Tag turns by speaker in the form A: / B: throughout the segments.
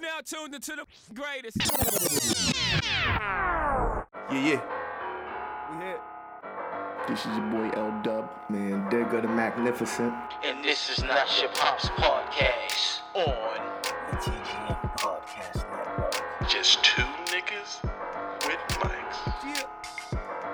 A: Y'all tuned into the greatest.
B: Yeah, yeah. We here. This is your boy L Dub. Man, there go the magnificent.
C: And this is not your pops podcast on
D: Just two niggas with mics.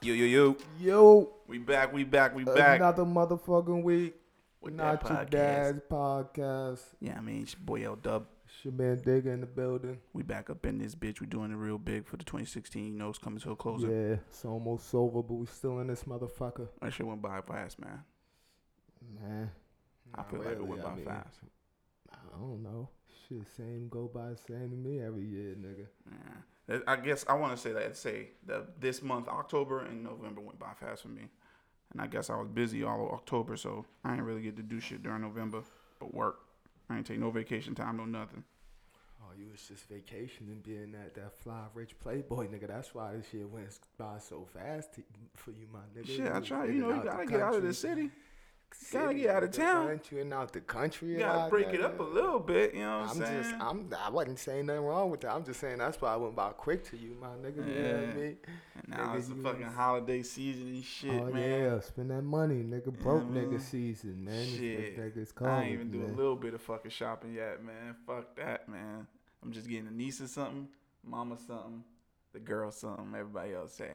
B: Yo, yo, yo.
E: Yo,
B: We back, we back, we back.
E: another motherfucking week.
B: With
E: Not
B: that
E: your
B: podcast.
E: dad's podcast.
B: Yeah, I mean, it's your boy L Dub.
E: It's your man Digger in the building.
B: We back up in this bitch. We doing it real big for the 2016. You know, it's coming to a closing.
E: Yeah, it's almost over, but we still in this motherfucker.
B: That shit went by fast, man.
E: Man,
B: I feel like it went by fast.
E: I don't know. Shit, same go by same to me every year, nigga.
B: Yeah. I guess I want to say that say that this month, October and November went by fast for me, and I guess I was busy all of October, so I ain't really get to do shit during November, but work. I ain't take no vacation time, no nothing.
E: Oh, you was just vacationing, being that that fly rich playboy, nigga. That's why this shit went by so fast to, for you, my nigga.
B: Shit, I
E: was
B: try.
E: in
B: You know,
E: and
B: you
E: the
B: gotta get out of the
E: country.
B: city. gotta
E: City,
B: get out of
E: nigga,
B: town.
E: Country and out the country.
B: You
E: and
B: gotta
E: all
B: break
E: that,
B: it up a
E: nigga.
B: little bit. You know what I'm
E: I'm
B: saying?
E: just, I'm, I wasn't saying nothing wrong with that. I'm just saying that's why I went by quick to you, my nigga. You know what
B: Yeah.
E: I mean?
B: and now
E: nigga,
B: it's the
E: you
B: fucking
E: was-
B: holiday season and shit,
E: oh
B: man.
E: yeah, spend that money, nigga.
B: I
E: Broke
B: mean?
E: nigga season, man. This
B: Shit.
E: nigga's cold,
B: I ain't even do
E: man.
B: a little bit of fucking shopping yet, man. Fuck that, man. I'm just getting the nieces something, mama something, the girl something, everybody else say.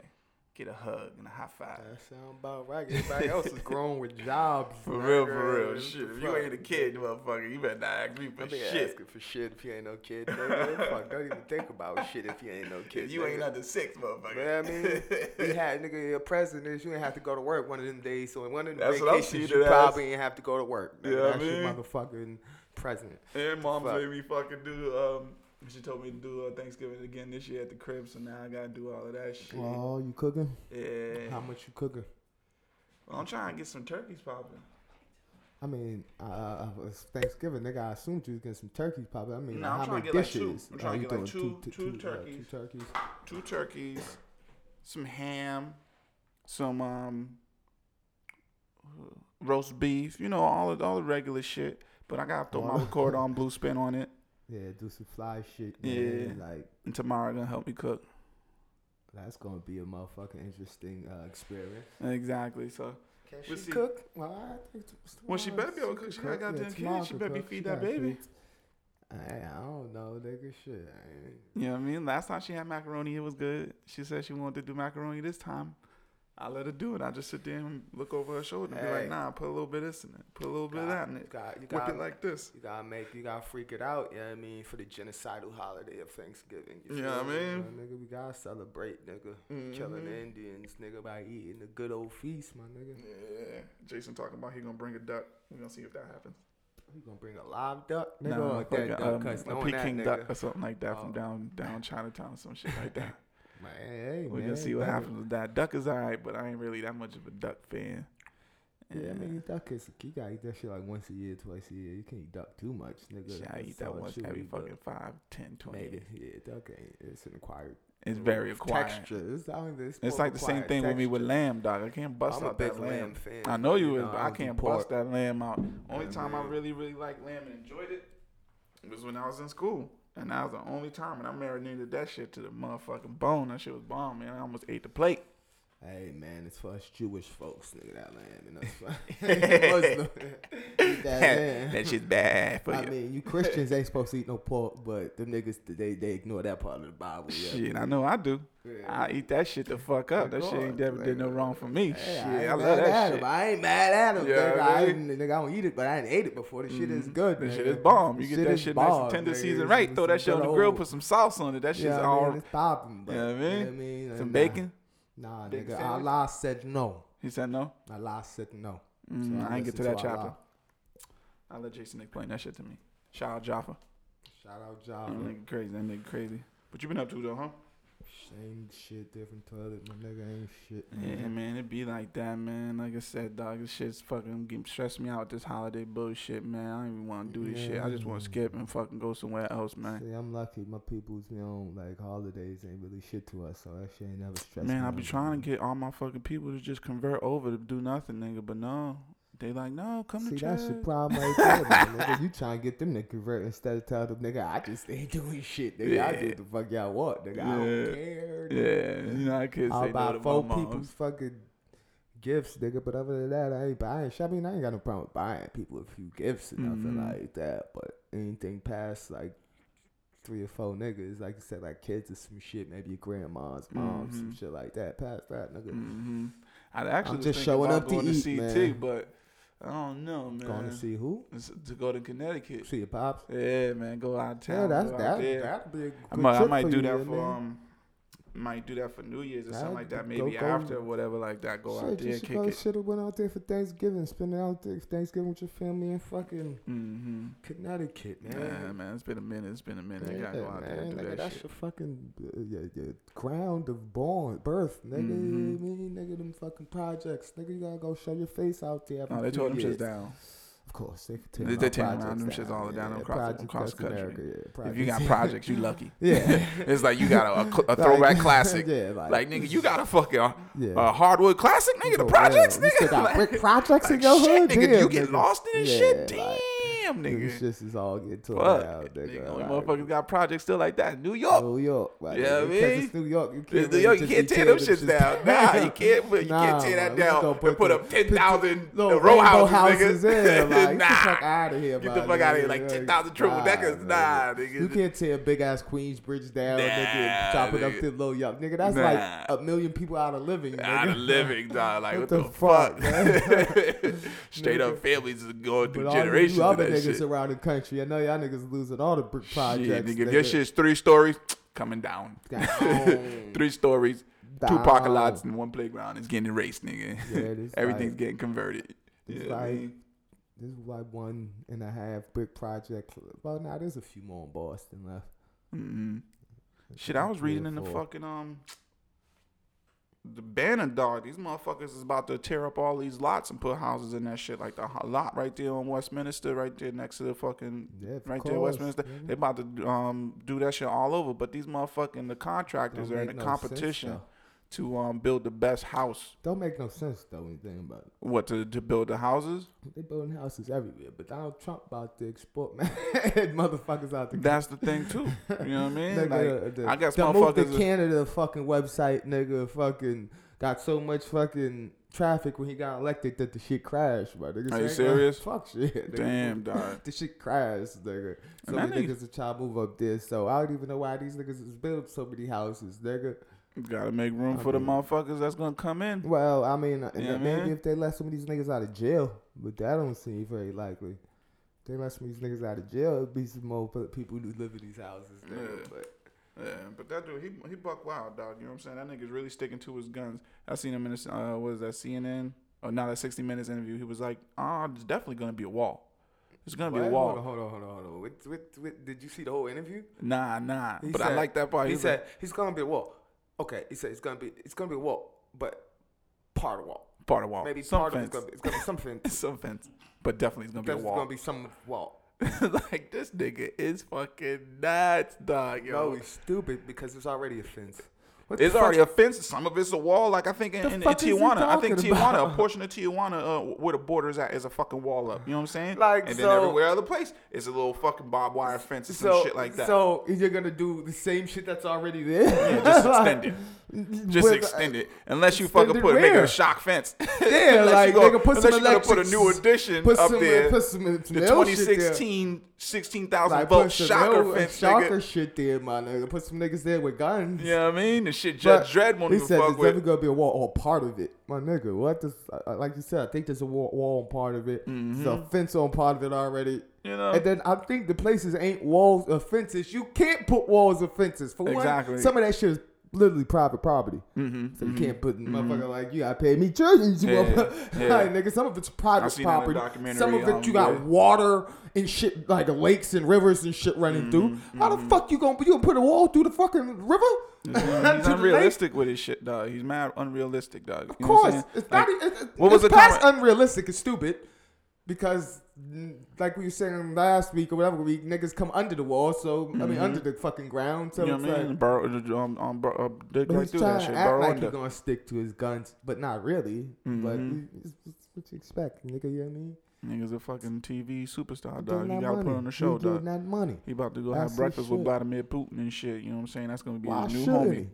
B: Get a hug and a high five.
E: That sound about right. Everybody else is grown with jobs.
B: for real, for
E: nigga.
B: real.
E: What
B: Shit.
E: the
B: If you
E: fuck?
B: ain't a kid, motherfucker, you better not ask me for
E: Don't be
B: shit.
E: asking for shit if you ain't no kid, nigga. fuck, don't even think about shit if you ain't no kid.
B: If you ain't
E: nigga.
B: under six, motherfucker.
E: You know what I mean, we had nigga your president. You ain't have to go to work one of them days. So in one of them
B: That's what I'm
E: vacations,
B: seeing
E: you
B: it
E: probably ain't have to go to work. Nigga,
B: Yeah, I
E: that's your
B: mean.
E: motherfucking president.
B: And mom
E: Fuck.
B: made me fucking do. Um, she told me to do uh, Thanksgiving again this year at the crib, so now I gotta do all of that shit.
E: Oh, you cooking?
B: yeah,
E: How much you cooking?
B: Well, I'm trying to get some turkeys popping.
E: I mean, uh, it's Thanksgiving, nigga. I assumed you was getting some turkeys, probably. I mean,
B: No, I'm
E: how
B: tryna
E: many
B: get like two.
E: dishes?
B: I'm tryna
E: are you
B: get like
E: doing? two,
B: two- two
E: uh,
B: turkeys.
E: two turkeys.
B: Two turkeys, some ham, some um, roast beef. You know all of, all the regular shit. But I gotta throw my
E: Oh.
B: record on blue spin on it,
E: Yeah, do some fly shit.
B: Yeah.
E: Man. Like
B: and tomorrow gonna help me cook.
E: that's gonna be a motherfucking interesting uh, experience.
B: Exactly. So
E: Can
B: We'll
E: she
B: see.
E: cook? Well, I think it's
B: Well, she better be able to cook. She got
E: tomorrow.
B: goddamn
E: Yeah,
B: kids.
E: tomorrow
B: She better be
E: cook.
B: feed
E: She got
B: that baby.
E: kids. Hey, I don't know, nigga. Shit. I ain't-
B: you know what I mean. Last time she had macaroni, it was good. She said she wanted to do macaroni this time. I let her do it. I just sit there and look over her shoulder and be like,
E: Hey.
B: "Nah, put a little bit of this in it. Put a little bit of that in
E: You
B: it.
E: got, you
B: Whip
E: got,
B: it like this."
E: You gotta make, you gotta freak it out. You know what I mean? For the genocidal holiday of Thanksgiving. You
B: You know
E: feel
B: what I
E: me?
B: mean?
E: My nigga, we gotta celebrate, nigga. Killing
B: Mm-hmm.
E: the Indians, nigga, by eating a good old feast, my nigga.
B: Yeah, Jason talking about he gonna bring a duck. We gonna see if that happens.
E: You gonna bring a live duck, nigga?
B: Nah,
E: or a
B: like
E: dead
B: a,
E: duck?
B: um,
E: 'Cause
B: a
E: knowing
B: Peking
E: that,
B: duck
E: nigga,
B: or something like that
E: Oh.
B: from down down Chinatown or some shit like that.
E: Man, hey,
B: We're
E: man,
B: gonna see what
E: duck-
B: happens with that. Duck is alright, but I ain't really that much of a duck fan.
E: Yeah, I mean, duck is, you gotta eat that shit like once a year, twice a year. You can't eat duck too much, nigga.
B: Shit, I
E: That's
B: eat that
E: all it
B: once
E: should
B: every
E: be, but
B: fucking five, ten, twenty.
E: Maybe. Yeah, duck ain't, it's an acquired
B: It's very acquired.
E: texture. It's, I mean, it's,
B: It's
E: more
B: like the same
E: acquired
B: thing with me with
E: texture.
B: lamb, dog. I can't bust
E: I'm a
B: out
E: big
B: that lamb.
E: lamb fan,
B: I know you
E: you
B: is,
E: know,
B: but
E: I
B: I
E: don't do
B: can't
E: pork.
B: bust that lamb out. Only
E: Yeah,
B: time I
E: man.
B: really, really liked lamb and enjoyed it was when I was in school. And that was the only time, and I marinated that shit to the motherfucking bone. That shit was bomb, man. I almost ate the plate.
E: Hey man, it's for us Jewish folks, nigga. That lamb and us Muslim. Eat that lamb.
B: shit's bad for
E: I
B: you.
E: mean, you Christians ain't supposed to eat no pork, but them niggas they they ignore that part of the Bible. Yeah.
B: shit, I know I do.
E: Yeah.
B: I eat that shit the fuck up. That shit
E: course,
B: ain't never did no
E: man.
B: wrong for me.
E: Hey,
B: shit,
E: I, ain't
B: I love
E: mad
B: that
E: at
B: shit.
E: him. I ain't mad at him.
B: Yeah,
E: nigga. I,
B: man.
E: ain't, nigga, I don't eat it, but I ain't ate it before. This shit is good.
B: That
E: nigga.
B: shit is bomb. You
E: This
B: get that
E: is
B: shit
E: bomb,
B: next to tender
E: nigga.
B: season
E: It's-
B: right.
E: it's
B: Throw that
E: some
B: shit on
E: good
B: the grill.
E: old-
B: Put some sauce on it. That shit's
E: Yeah, I mean,
B: all.
E: it's popping. But,
B: You know what
E: you
B: I
E: know
B: mean?
E: what I mean?
B: Some
E: Nah,
B: bacon.
E: Nah,
B: Bacon
E: nigga.
B: sandwich?
E: Allah said no.
B: He said no.
E: Allah said no.
B: Mm, I ain't
E: listen
B: get to that
E: Allah.
B: chapter. I let Jason explain that shit to me. Shout out Jaffa.
E: Shout out
B: That
E: Java.
B: nigga crazy. That nigga crazy. What you been up to though, huh?
E: Same shit, different toilet. My nigga ain't shit.
B: Yeah, man, it be like that, man. Like I said, dog, this shit's fucking getting- stress me out. This holiday bullshit, man. I don't even want to do this shit. I just want to skip and fucking go somewhere else, man.
E: See, I'm lucky. My people's, you know, like holidays ain't really shit to us, so that shit ain't never stressed.
B: Man,
E: me
B: I be
E: out,
B: trying
E: man.
B: to get all my fucking people to just convert over to do nothing, nigga. But no, They like, no, come
E: See,
B: to church.
E: that's your problem right there, man. nigga. You trying to get them to convert instead of tell them, nigga, I just ain't doing shit, nigga. I do what the fuck y'all want, nigga. I
B: Yeah.
E: don't care. nigga.
B: Yeah, you know I can't
E: All
B: say no
E: about
B: to
E: four
B: my moms.
E: people's fucking gifts, nigga. But other than that, I ain't buying. shit. I mean, I ain't got no problem with buying people a few gifts and
B: Mm-hmm.
E: nothing like that. But anything past like three or four niggas, like you said, like kids or some shit, maybe your grandma's mom,
B: Mm-hmm.
E: some shit like that. Past that, nigga.
B: Mm, I actually
E: I'm
B: just
E: just
B: showing
E: showing
B: about
E: up to
B: going to,
E: eat,
B: CT,
E: man.
B: but I don't know, man.
E: Going to see who?
B: It's- to go to Connecticut.
E: See your pops.
B: Yeah, man, go out of town.
E: Yeah, that's
B: go out
E: that.
B: there.
E: That'd be a good
B: I might, I
E: trip
B: might
E: for
B: do
E: you,
B: that
E: man.
B: for um, might do that for New Year's or something
E: Nah,
B: like that.
E: go-
B: Maybe
E: go-
B: after or whatever, like that. Go out
E: Shit,
B: there,
E: you
B: kick
E: should probably
B: it.
E: should have went out there for Thanksgiving, spend it out there Thanksgiving with your family in fucking
B: Mm-hmm.
E: Connecticut, man.
B: Yeah, man, it's been a minute. It's been a minute. I
E: Yeah,
B: gotta go out there and
E: man,
B: do
E: nigga,
B: that
E: that's
B: shit.
E: your fucking uh, your, your ground of born birth, nigga.
B: Mm-hmm.
E: You mean, nigga, them fucking projects, nigga. You gotta go show your face out there. every
B: No, Oh, they
E: few
B: tore them shits
E: years.
B: down.
E: Of course, they can tear
B: They- they
E: our
B: tear around
E: projects
B: them shits all
E: down,
B: down
E: yeah,
B: across-
E: projects,
B: across
E: that's
B: country.
E: America, yeah,
B: If you got
E: projects.
B: projects, you lucky.
E: yeah.
B: It's like you got a, a, cl- a
E: Like-
B: throwback classic.
E: Yeah,
B: like,
E: like-
B: nigga, you got a fucking uh,
E: Yeah.
B: uh, hardwood classic, nigga. The
E: For
B: projects,
E: real. You
B: nigga.
E: still got brick projects in
B: like,
E: your
B: shit,
E: hood?
B: nigga.
E: Damn,
B: you get
E: nigga.
B: lost in this
E: Yeah,
B: shit,
E: like,
B: damn,
E: This
B: nigga.
E: shit is all getting torn down,
B: Fuck,
E: nigga.
B: nigga. Only
E: Like,
B: motherfuckers got projects still like that. New York,
E: New York, right?
B: You know what I
E: Because
B: mean?
E: it's New York. You can't,
B: It's New
E: really
B: York, you
E: just
B: can't
E: be
B: tear them
E: tearing
B: shits down. Nah, you can't put you
E: Nah,
B: can't tear that
E: man, we just
B: down
E: gonna
B: and put
E: the-
B: up ten thousand
E: little
B: row
E: rainbow
B: houses,
E: in.
B: nigga.
E: Like, get the
B: nah.
E: fuck out of here,
B: Get the
E: my
B: fuck outta here,
E: nigga.
B: like 10,000 triple deckers. Nah, nigga.
E: You can't tear big ass Queens Bridge down, nigga,
B: Nah,
E: and chop it up
B: nigga.
E: to Little York, nigga. That's
B: Nah.
E: like a million people out of living, nigga.
B: Out of living, dog. Like, what,
E: What
B: the,
E: the fuck,
B: fuck?
E: man?
B: Straight up
E: Nigga.
B: families is going
E: But
B: through
E: all
B: generations
E: you
B: of
E: other
B: that
E: niggas
B: shit.
E: around the country, I know y'all niggas losing all the brick
B: Shit,
E: projects.
B: nigga, if your shit's three stories, coming down.
E: Goddamn.
B: three stories, two parking
E: Down.
B: lots, and one playground is getting erased, nigga.
E: Yeah, it is
B: Everything's
E: like-
B: getting converted.
E: It's
B: Yeah,
E: like
B: man.
E: there's like one and a half brick project. Well, now there's a few more in Boston left.
B: Mhm. Shit, I was reading in the
E: Beautiful.
B: fucking um the banner dog. These motherfuckers is about to tear up all these lots and put houses in that shit. Like the ho- lot right there on Westminster, right there next to the fucking
E: Yeah, of
B: right there
E: course,
B: Westminster.
E: nigga.
B: They about to um do that shit all over. But these motherfucking the contractors
E: Don't
B: are in a
E: make no sense,
B: competition
E: though.
B: to um build the best house.
E: Don't make no sense though. Anything about it.
B: What to to build the houses?
E: They building houses everywhere, but Donald Trump about to export man motherfuckers out the
B: That's the thing too. You know what I mean?
E: Nigga,
B: Like,
E: the-
B: I guess
E: the move to
B: motherfuckers. is-
E: Canada fucking website, nigga, fucking got so much fucking traffic when he got elected that the shit crashed, bro. Nigga,
B: Are you
E: say,
B: serious?
E: Fuck shit. nigga.
B: Damn, dog.
E: The shit crashed, nigga. So
B: And that
E: many
B: nigga-
E: niggas are trying to move up there, so I don't even know why these niggas is building so many houses, nigga.
B: Gotta make room for the motherfuckers that's gonna come in.
E: Well, I mean, uh,
B: Yeah,
E: maybe
B: man.
E: if they let some of these niggas out of jail, but that don't seem very likely. They let some of these niggas out of jail, it'd be some more pe- people who live in these houses, nigga.
B: Yeah.
E: But
B: Yeah, but that dude, he he buck wild, dog. You know what I'm saying? That nigga's really sticking to his guns. I seen him in this, uh, what is that, CNN? Or Oh, not that 60 Minutes interview. He was like, oh, there's definitely going to be a wall. There's going to be a
E: What? Hold on,
B: wall.
E: hold on, hold on, hold on. What, what, what, did you see the whole interview?
B: Nah, nah.
E: He
B: but I
E: said-
B: like that part.
E: He
B: was
E: said
B: like,
E: he's gonna be a wall. Okay, he said it's gonna be it's gonna be a wall, but part of wall.
B: part of wall.
E: Maybe
B: some
E: part
B: fence.
E: of it's gonna be it's gonna be some fence.
B: some fence. But definitely it's going to be a
E: There's
B: wall.
E: gonna be some wall.
B: like, this nigga is fucking nuts, dog. Yo.
E: No, it's Oh, stupid because it's already a fence. What the
B: It's
E: fuck-
B: already a fence. Some of it's a wall. Like I think in,
E: The
B: in, in
E: fuck is he
B: Tijuana, I think
E: talking
B: Tijuana, a
E: about?
B: portion of Tijuana, uh, where the border is at, is a fucking wall up. You know what I'm saying?
E: Like,
B: and then
E: so-
B: everywhere other place is a little fucking barbed wire fence or some shit like that.
E: So you're gonna do the same shit that's already there.
B: Yeah, just extend it. Just
E: With- uh,
B: extend it. Unless you
E: extend
B: fucking
E: it
B: put make it
E: where?
B: a shock fence.
E: Yeah,
B: Unless
E: like
B: you gonna-
E: nigga, put some
B: unless you gonna
E: electric.
B: put a new addition
E: put
B: up
E: some,
B: there.
E: Put some, some
B: The
E: nail shit there.
B: 2016 16,000
E: like,
B: volt
E: put some
B: shocker
E: real
B: fence,
E: shocker
B: nigga.
E: shit there, my nigga. Put some niggas there with guns.
B: You know what I mean? The shit
E: But
B: Judge Dredd won't
E: he
B: even
E: said
B: fuck
E: there's
B: with.
E: never gonna be a wall or part of it, my nigga. What this? I- I- Like you said, I think there's a wall, wall on part of it. There's a fence on part of it already.
B: Mm-hmm. You know?
E: And then I think the places ain't walls or fences. You can't put walls or fences. For
B: Exactly. Mm-hmm,
E: one, some of that shit is literally private property. so you can't put motherfucker like you gotta pay me children. You
B: Yeah,
E: up.
B: yeah.
E: like, nigga, some of it's
B: I
E: private
B: seen that in a
E: property. Some
B: documentary,
E: of it you
B: um,
E: got
B: yeah.
E: water and shit like lakes and rivers and shit running through.
B: Mm-hmm.
E: How the fuck you gonna you gonna put a wall through the fucking river?
B: He's
E: To the lake?
B: unrealistic with his shit, dog. He's mad unrealistic, dog.
E: Of course, it's not. e- It's,
B: what was
E: it's
B: the
E: past
B: comment-
E: unrealistic. It's stupid. because mm, like we were saying last week or whatever week, niggas come under the wall. So I mean, under the fucking ground. So
B: Mm-hmm. You
E: it's
B: know what I mean?
E: like.
B: Burrow, um, um, Burrow, uh, they
E: But
B: they
E: he's
B: do
E: trying
B: that
E: to
B: shit.
E: act
B: Burrow
E: like
B: under.
E: he's gonna stick to his guns, but not really. But
B: Mhm.
E: it's, it's what you expect, nigga. You know what I mean?
B: Niggas a fucking TV superstar,
E: Doing
B: dog. You
E: that
B: gotta put
E: money.
B: on the
E: You
B: show,
E: doing
B: dog.
E: that money.
B: He about to go
E: That's
B: have
E: his
B: breakfast with
E: shit.
B: Vladimir Putin and shit. You know what I'm saying? That's gonna be
E: Why
B: his new
E: shouldn't
B: homie.
E: he?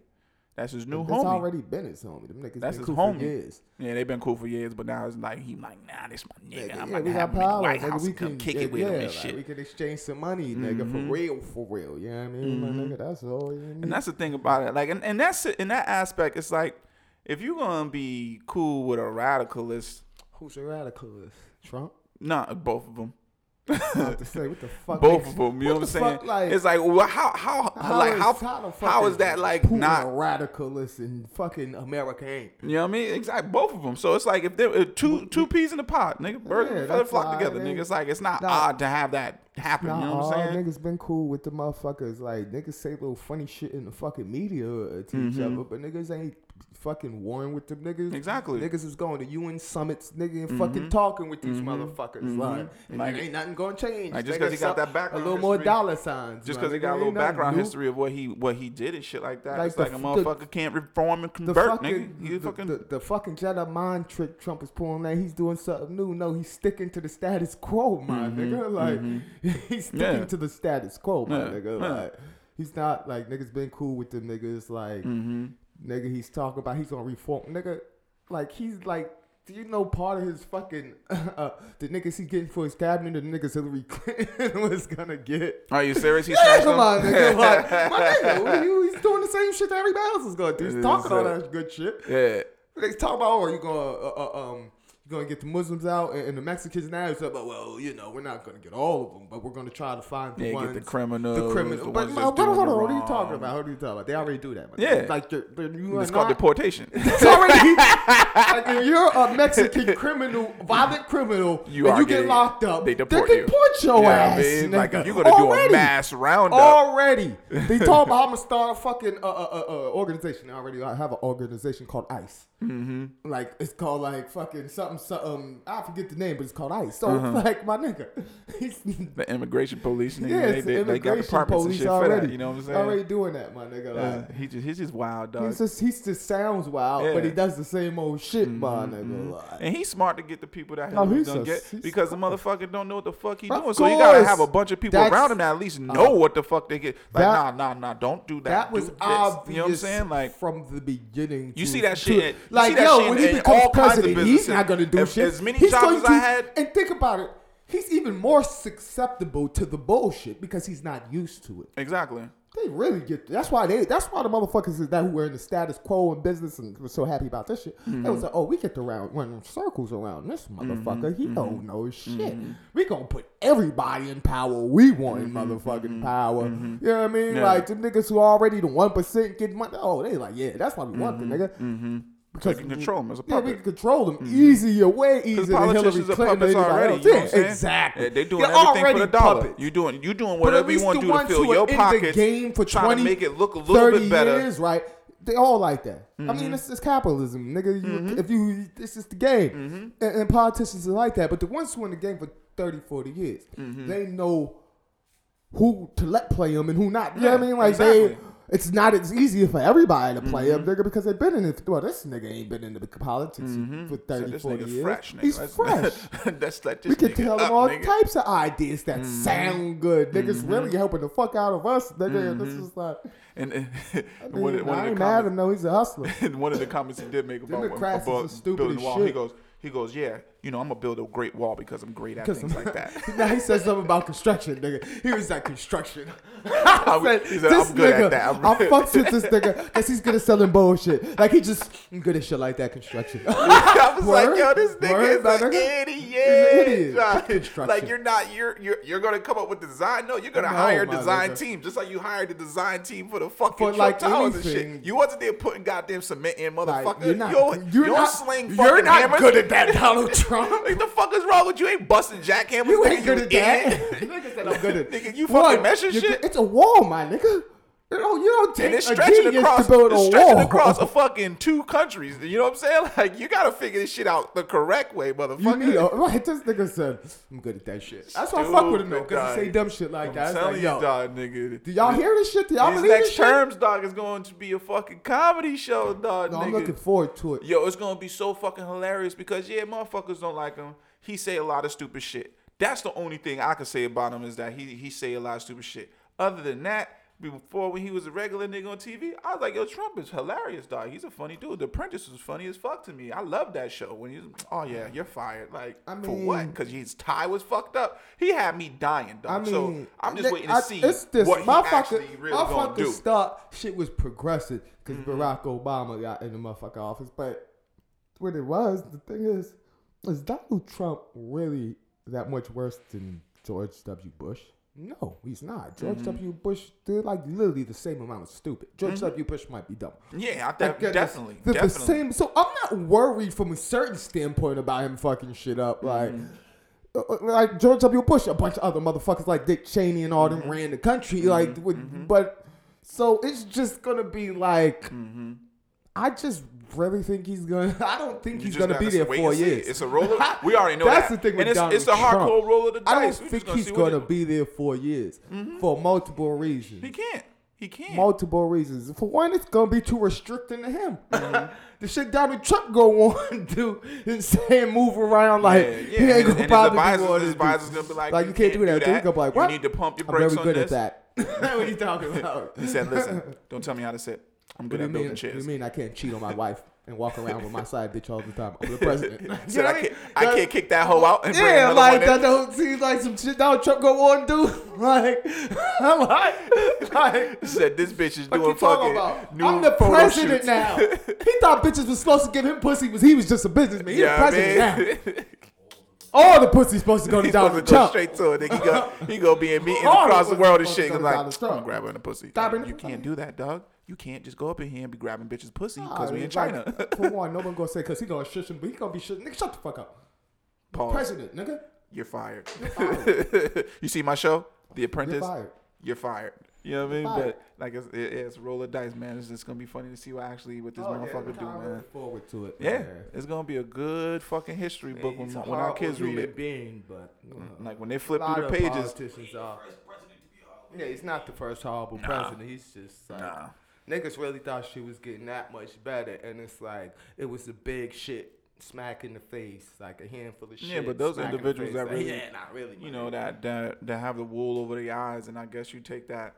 B: That's his new
E: That's
B: homie.
E: already been his homie. Them niggas
B: That's
E: been
B: his
E: cool
B: homie.
E: for years.
B: Yeah, they've been cool for years, but now it's like he like, nah, this my nigga.
E: Nigga,
B: I'm
E: yeah,
B: about
E: we got
B: to have him in the
E: powers.
B: White
E: Nigga,
B: House
E: we
B: and come
E: can
B: kick
E: yeah,
B: it with him
E: yeah,
B: and
E: like,
B: shit. Mm-hmm.
E: We can exchange some money, nigga, for real, for real. You know what I mean? My nigga, that's all. You know what I mean?
B: And that's the thing about it. Like, and, and that's it- in that aspect, it's like if you're gonna be cool with a radicalist,
E: Who's your radicalist? Trump?
B: not both of them.
E: I have to say, what the fuck?
B: both
E: makes-
B: of them. You know what I'm
E: the
B: saying?
E: fuck, like-
B: it's like well, how how, like
E: is-
B: how
E: the fuck
B: how is that like
E: Putin
B: not
E: a radicalist and fucking America ain't?
B: You know what I mean? Exactly. Both of them. So it's like if there were two two peas in a pod, nigga, bird
E: Yeah,
B: feather
E: that's
B: flock
E: why
B: together,
E: it
B: nigga.
E: ain't-
B: It's like it's not
E: Nah.
B: odd to have that happen.
E: Nah,
B: you know
E: all
B: what I'm saying?
E: niggas been cool with the motherfuckers. Like niggas say little funny shit in the fucking media uh, to
B: Mm-hmm.
E: each other, but niggas ain't fucking warring with them niggas.
B: Exactly. Mm-hmm.
E: Niggas is going to UN summits, nigga, and fucking talking with these motherfuckers. Like, like,
B: nigga-
E: ain't nothing gonna change.
B: Like, just
E: Nigga,
B: 'cause he got
E: some-
B: that background
E: a little more
B: history-
E: dollar signs.
B: Just
E: my
B: because he got a
E: nigga,
B: little
E: ain't nothing
B: background
E: new.
B: history of what he what he did and shit like that.
E: Like
B: it's
E: the
B: like a
E: f- the-
B: motherfucker can't reform
E: The
B: and convert,
E: fucking,
B: nigga. You
E: the,
B: fucking
E: the, the fucking Jedi mind trick Trump is pulling that he's doing something new. No, he's sticking to the status quo, my nigga. Like he's sticking
B: Mm-hmm, Yeah.
E: to the status quo, my
B: Yeah,
E: nigga.
B: yeah.
E: Like he's not like niggas been cool with them niggas. Like
B: Mm-hmm.
E: nigga, he's talking about he's gonna reform, nigga. Like he's like. Do you know part of his fucking uh, the niggas he getting for his cabinet? The niggas Hillary Clinton was gonna get.
B: Are you serious? He's
E: Yeah,
B: snatched
E: come on,
B: him?
E: nigga. Like, my nigga, what are you- he's doing the same shit that everybody else is going to do. He's talking all
B: Exactly.
E: that good shit.
B: Yeah.
E: They talk about, oh, you gonna uh, uh, um, you gonna get the Muslims out and, and the Mexicans now. It's about, well, you know, we're not gonna get all of them, but we're gonna try to find the
B: Yeah, get
E: ones,
B: the criminals,
E: the criminals.
B: the
E: but
B: ones
E: my-
B: that's
E: what,
B: doing
E: hold
B: the
E: on, what are you
B: wrong.
E: talking about? What are you talking about? They already do that. man.
B: Yeah.
E: like they're, they're, you
B: It's
E: are
B: called
E: not-
B: deportation.
E: It's already like if you're a Mexican criminal, violent criminal,
B: You
E: and
B: are
E: you get
B: getting-
E: locked up,
B: they
E: they,
B: deport you.
E: deport your
B: You know what I
E: ass.
B: mean? Like,
E: nigga.
B: if you gonna do a
E: Already.
B: mass roundup.
E: Already, they talk about I'm gonna start a fucking uh, uh, uh, uh, organization. I already I have an organization called ICE. Mm-hmm. Like it's called like fucking something something. I forget the name, but it's called ICE. So it's like my nigga, he's
B: the immigration police, nigga.
E: yeah,
B: Uh-huh. they,
E: it's
B: they, they got
E: immigration
B: departments and
E: police
B: shit
E: already.
B: for that. You know what I'm saying?
E: Already doing that, my nigga. Like,
B: Yeah, he just he's just wild, dog.
E: He's just, he's just sounds wild, but
B: Yeah. Mm-hmm,
E: he does the same old shit, my nigga. Like,
B: And he's smart to get the people that
E: No,
B: Hillary
E: he's
B: gonna
E: a-
B: get
E: he's-
B: because the motherfucker don't know what the fuck he
E: Of
B: doing. So he gotta
E: course.
B: have a bunch of people
E: That's- uh,
B: around him that at least know what the fuck they get. Like, nah,
E: that-
B: nah, nah, don't do that.
E: that
B: Do
E: was
B: this.
E: obvious.
B: You know what I'm saying? Like,
E: from the beginning,
B: You
E: to-
B: see that
E: to-
B: shit at- you
E: like
B: see that
E: yo,
B: shit
E: when he
B: in
E: becomes
B: all kinds of
E: president, he's
B: businesses.
E: not gonna do
B: If-
E: shit.
B: as many
E: He's
B: jobs
E: going
B: as I
E: to-
B: had-
E: and think about it, he's even more susceptible to the bullshit because he's not used to it.
B: exactly.
E: They really get. That's why they. That's why the motherfuckers is that who were in the status quo in business and were so happy about this shit.
B: Mm-hmm.
E: They was like, oh, we get to round run in circles around this motherfucker. He
B: Mm-hmm.
E: don't know shit. We gonna put everybody in power we want in motherfucking power. You know what I mean?
B: Mm-hmm. Yeah.
E: Like the niggas who already the one percent get money. Oh, they like, yeah, that's why we want
B: Mm-hmm.
E: the nigga. Because
B: You can control him as a
E: yeah, we
B: puppet.
E: can control them easier, way
B: Because
E: easier than Hillary
B: politicians are
E: Clinton.
B: puppets
E: or anybody
B: already.
E: else.
B: You know what
E: Yeah,
B: I'm saying?
E: exactly.
B: Yeah, They're doing
E: They're
B: everything for
E: already
B: the dollar.
E: puppets.
B: You doing you doing
E: But at
B: whatever you
E: least
B: want
E: the
B: to do to
E: ones
B: fill
E: who are
B: your
E: in the
B: pockets.
E: game for
B: trying
E: 20,
B: to make it look a little bit better. Mm-hmm.
E: years, right? They all like that. I mean, it's, it's capitalism, nigga. You, If you, this is the game,
B: Mm-hmm.
E: and, and politicians are like that. But the ones who are in the game for 30, 40 years,
B: Mm-hmm.
E: they know who to let play them and who not. You know what I
B: Yeah,
E: mean? Like they.
B: exactly. Mm-hmm.
E: It's not as easy for everybody to play up, nigga, because they've been in it. Well, this nigga ain't been in the politics for 30,
B: Mm-hmm. So this
E: 40
B: nigga's
E: years.
B: fresh, nigga.
E: He's
B: Let's-
E: fresh
B: Let's let this
E: we can
B: nigga
E: tell
B: up,
E: them all
B: nigga.
E: types of ideas that sound good. Niggas really helping the fuck out of us. Nigga, this is like,
B: And, and
E: I,
B: one,
E: mean,
B: of- one
E: I
B: of
E: ain't mad at
B: the comments,
E: him though. He's a hustler.
B: and one of the comments he did make about,
E: Democrats is
B: about
E: the stupidest
B: building the wall, he
E: shit.
B: goes, he goes, yeah, you know, I'm gonna build a great wall because I'm great at things like that.
E: now he said something about construction, nigga. He was like construction.
B: I'm-
E: I
B: he said, "I'm good at
E: nigga,
B: that. I'm
E: I
B: good."
E: fucks with this nigga because he's good at selling bullshit. Like he just I'm good at shit like that construction.
B: I was like,
E: Word?
B: yo, this nigga
E: Word,
B: is an
E: nigga?
B: idiot.
E: He's an idiot.
B: John.
E: Construction.
B: Like you're not you're you're you're gonna come up with design. No, you're gonna
E: No,
B: hire a
E: my
B: design
E: nigga.
B: team, just like you hired a design team for the fucking
E: For,
B: Trump
E: like,
B: towers and shit.
E: anything.
B: You wasn't there putting goddamn cement in, motherfucker.
E: Like, you're not-
B: Yo,
E: you're
B: your
E: not-
B: sling
E: you're
B: fucking
E: not
B: hammers.
E: good at that, Donald Trump.
B: like the fuck is wrong with you? Ain't busting jackhammers.
E: You
B: nigga,
E: ain't good at
B: idiot.
E: that. Nigga said I'm good at
B: Nigga, you
E: One,
B: fucking measure
E: you're
B: shit?
E: good- It's a wall, my nigga. You don't, you don't take
B: And it's
E: a
B: stretching
E: genius
B: across,
E: to build a
B: it's stretching
E: wall.
B: across a fucking two countries. You know what I'm saying? Like you gotta figure this shit out the correct way,
E: You
B: motherfucker.
E: need a, like this nigga said, I'm good at that shit. That's why I fuck with him though, because he say
B: Stupid,
E: dumb shit like
B: I'm
E: that. It's
B: telling
E: like,
B: you,
E: yo,
B: dog, nigga.
E: do y'all hear this shit? Do y'all
B: These
E: believe
B: next
E: this shit?
B: terms, dog, is going to be a fucking comedy show, dog.
E: No,
B: nigga.
E: I'm looking forward to it.
B: Yo, it's gonna be so fucking hilarious because yeah, motherfuckers don't like him. He say a lot of stupid shit. That's the only thing I can say about him is that he he say a lot of stupid shit. Other than that, before when he was a regular nigga on TV, I was like, yo, Trump is hilarious, dog. He's a funny dude. The Apprentice was funny as fuck to me. I love that show. When he's oh yeah, you're fired. Like
E: I
B: for what?
E: mean-
B: Because his tie was fucked up. He had me dying, dog.
E: I mean,
B: so I'm just
E: nigga,
B: waiting to
E: I-
B: see
E: it's this,
B: what he actually
E: motherfucker,
B: really
E: motherfucker
B: gonna do. Mm-hmm.
E: thought shit was progressive because Barack Obama got in the motherfucker office. But what it was, the thing is, is Donald Trump really that much worse than George W. Bush? No, he's not. George
B: Mm-hmm.
E: W. Bush did like literally the same amount of stupid. George W. Bush might be dumb.
B: yeah, I
E: Like,
B: think
E: yeah, the-
B: definitely,
E: the, the
B: definitely.
E: same. So I'm not worried from a certain standpoint about him fucking shit
B: Mm-hmm.
E: up. Like, uh, uh, like George W. Bush, a bunch of other motherfuckers like Dick Cheney and all
B: Mm-hmm.
E: them ran the country. Like, with, but so it's just gonna be like,
B: Mm-hmm.
E: I just really think he's gonna. I don't think
B: You
E: he's
B: just
E: gonna
B: gotta
E: be there
B: wait
E: for
B: and see.
E: years.
B: It's a roller- we already know
E: That's the
B: that.
E: thing with
B: And it's-
E: Donald
B: it's a hardcore
E: Trump.
B: roll of the
E: I
B: dice.
E: don't
B: We just
E: think
B: gonna
E: he's
B: see what it
E: gonna
B: do.
E: be there for years for multiple reasons
B: He can't. He can't.
E: multiple reasons. For one, it's gonna be too restricting to him.
B: Mm-hmm.
E: the shit Donald Trump go on do and say and move around like
B: Yeah, yeah.
E: he ain't
B: And- and
E: gonna
B: his
E: probably
B: advisors-
E: do all
B: his
E: this
B: advisors
E: dude.
B: gonna be like,
E: like you can't do that. Dude, He gonna be like,
B: You
E: what?
B: need to pump your
E: I'm very
B: brakes on
E: good
B: this.
E: at that. what are you talking about?
B: he said, "Listen, don't tell me how to sit. I'm
E: What
B: good
E: do you
B: at building
E: mean?
B: chairs."
E: You mean I can't cheat on my wife and walk around with my side bitch all the time? I'm the president. You know
B: He said,
E: what
B: I,
E: mean?
B: can't, I
E: That-
B: can't kick that hoe out and bring
E: yeah,
B: another
E: like
B: one
E: that
B: in.
E: don't seem like some shit Donald Trump go on do. like, I'm like, like
B: He said this bitch is
E: What
B: doing
E: you talking
B: fucking
E: about?
B: new
E: I'm the
B: photo
E: president
B: shoots.
E: now. He thought bitches was supposed to give him pussy was he was just a businessman. He's
B: yeah,
E: the president now.
B: man.
E: All the pussy's supposed to go to
B: He's supposed to
E: Donald Trump.
B: go straight to it. Nigga, he go, he go be in meetings
E: All
B: across
E: of
B: the
E: us
B: world and
E: supposed to
B: shit.
E: go
B: I'm
E: to
B: like,
E: Donald Trump.
B: I'm gonna grab her in the pussy.
E: Stop her in
B: you
E: the
B: can't
E: pussy.
B: do that, dog. You can't just go up in here and be grabbing bitches' pussy
E: Nah,
B: because we in
E: it's like,
B: China.
E: for one, no one gonna say because he gonna shush him, but he gonna be shush. Nigga, shut the fuck up.
B: Pause.
E: President, nigga.
B: You're fired. you see my show, The Apprentice.
E: fired.
B: You're fired. You know what I mean?
E: fired.
B: But like, it's, it, it's a roll of dice, man. It's just gonna be funny to see what actually what
E: Oh,
B: this motherfucker do,
E: I'm
B: man.
E: looking forward to it.
B: Yeah,
E: man.
B: it's gonna be a good fucking history book when,
E: He's a
B: when our
E: horrible
B: kids read
E: human
B: it.
E: Being, but you know,
B: Like when they
E: a
B: flip
E: lot
B: through the
E: of
B: pages.
E: politicians are. Yeah, he's not the first horrible president. He's just like
B: Nah.
E: niggas really thought she was getting that much better, and it's like it was a big shit smack in the face, like a handful of shit.
B: Yeah, but those
E: smack in the
B: individuals
E: face,
B: that
E: like,
B: really-
E: yeah, not really, my
B: you know
E: nigga.
B: that that that have the wool over their eyes, and I guess you take that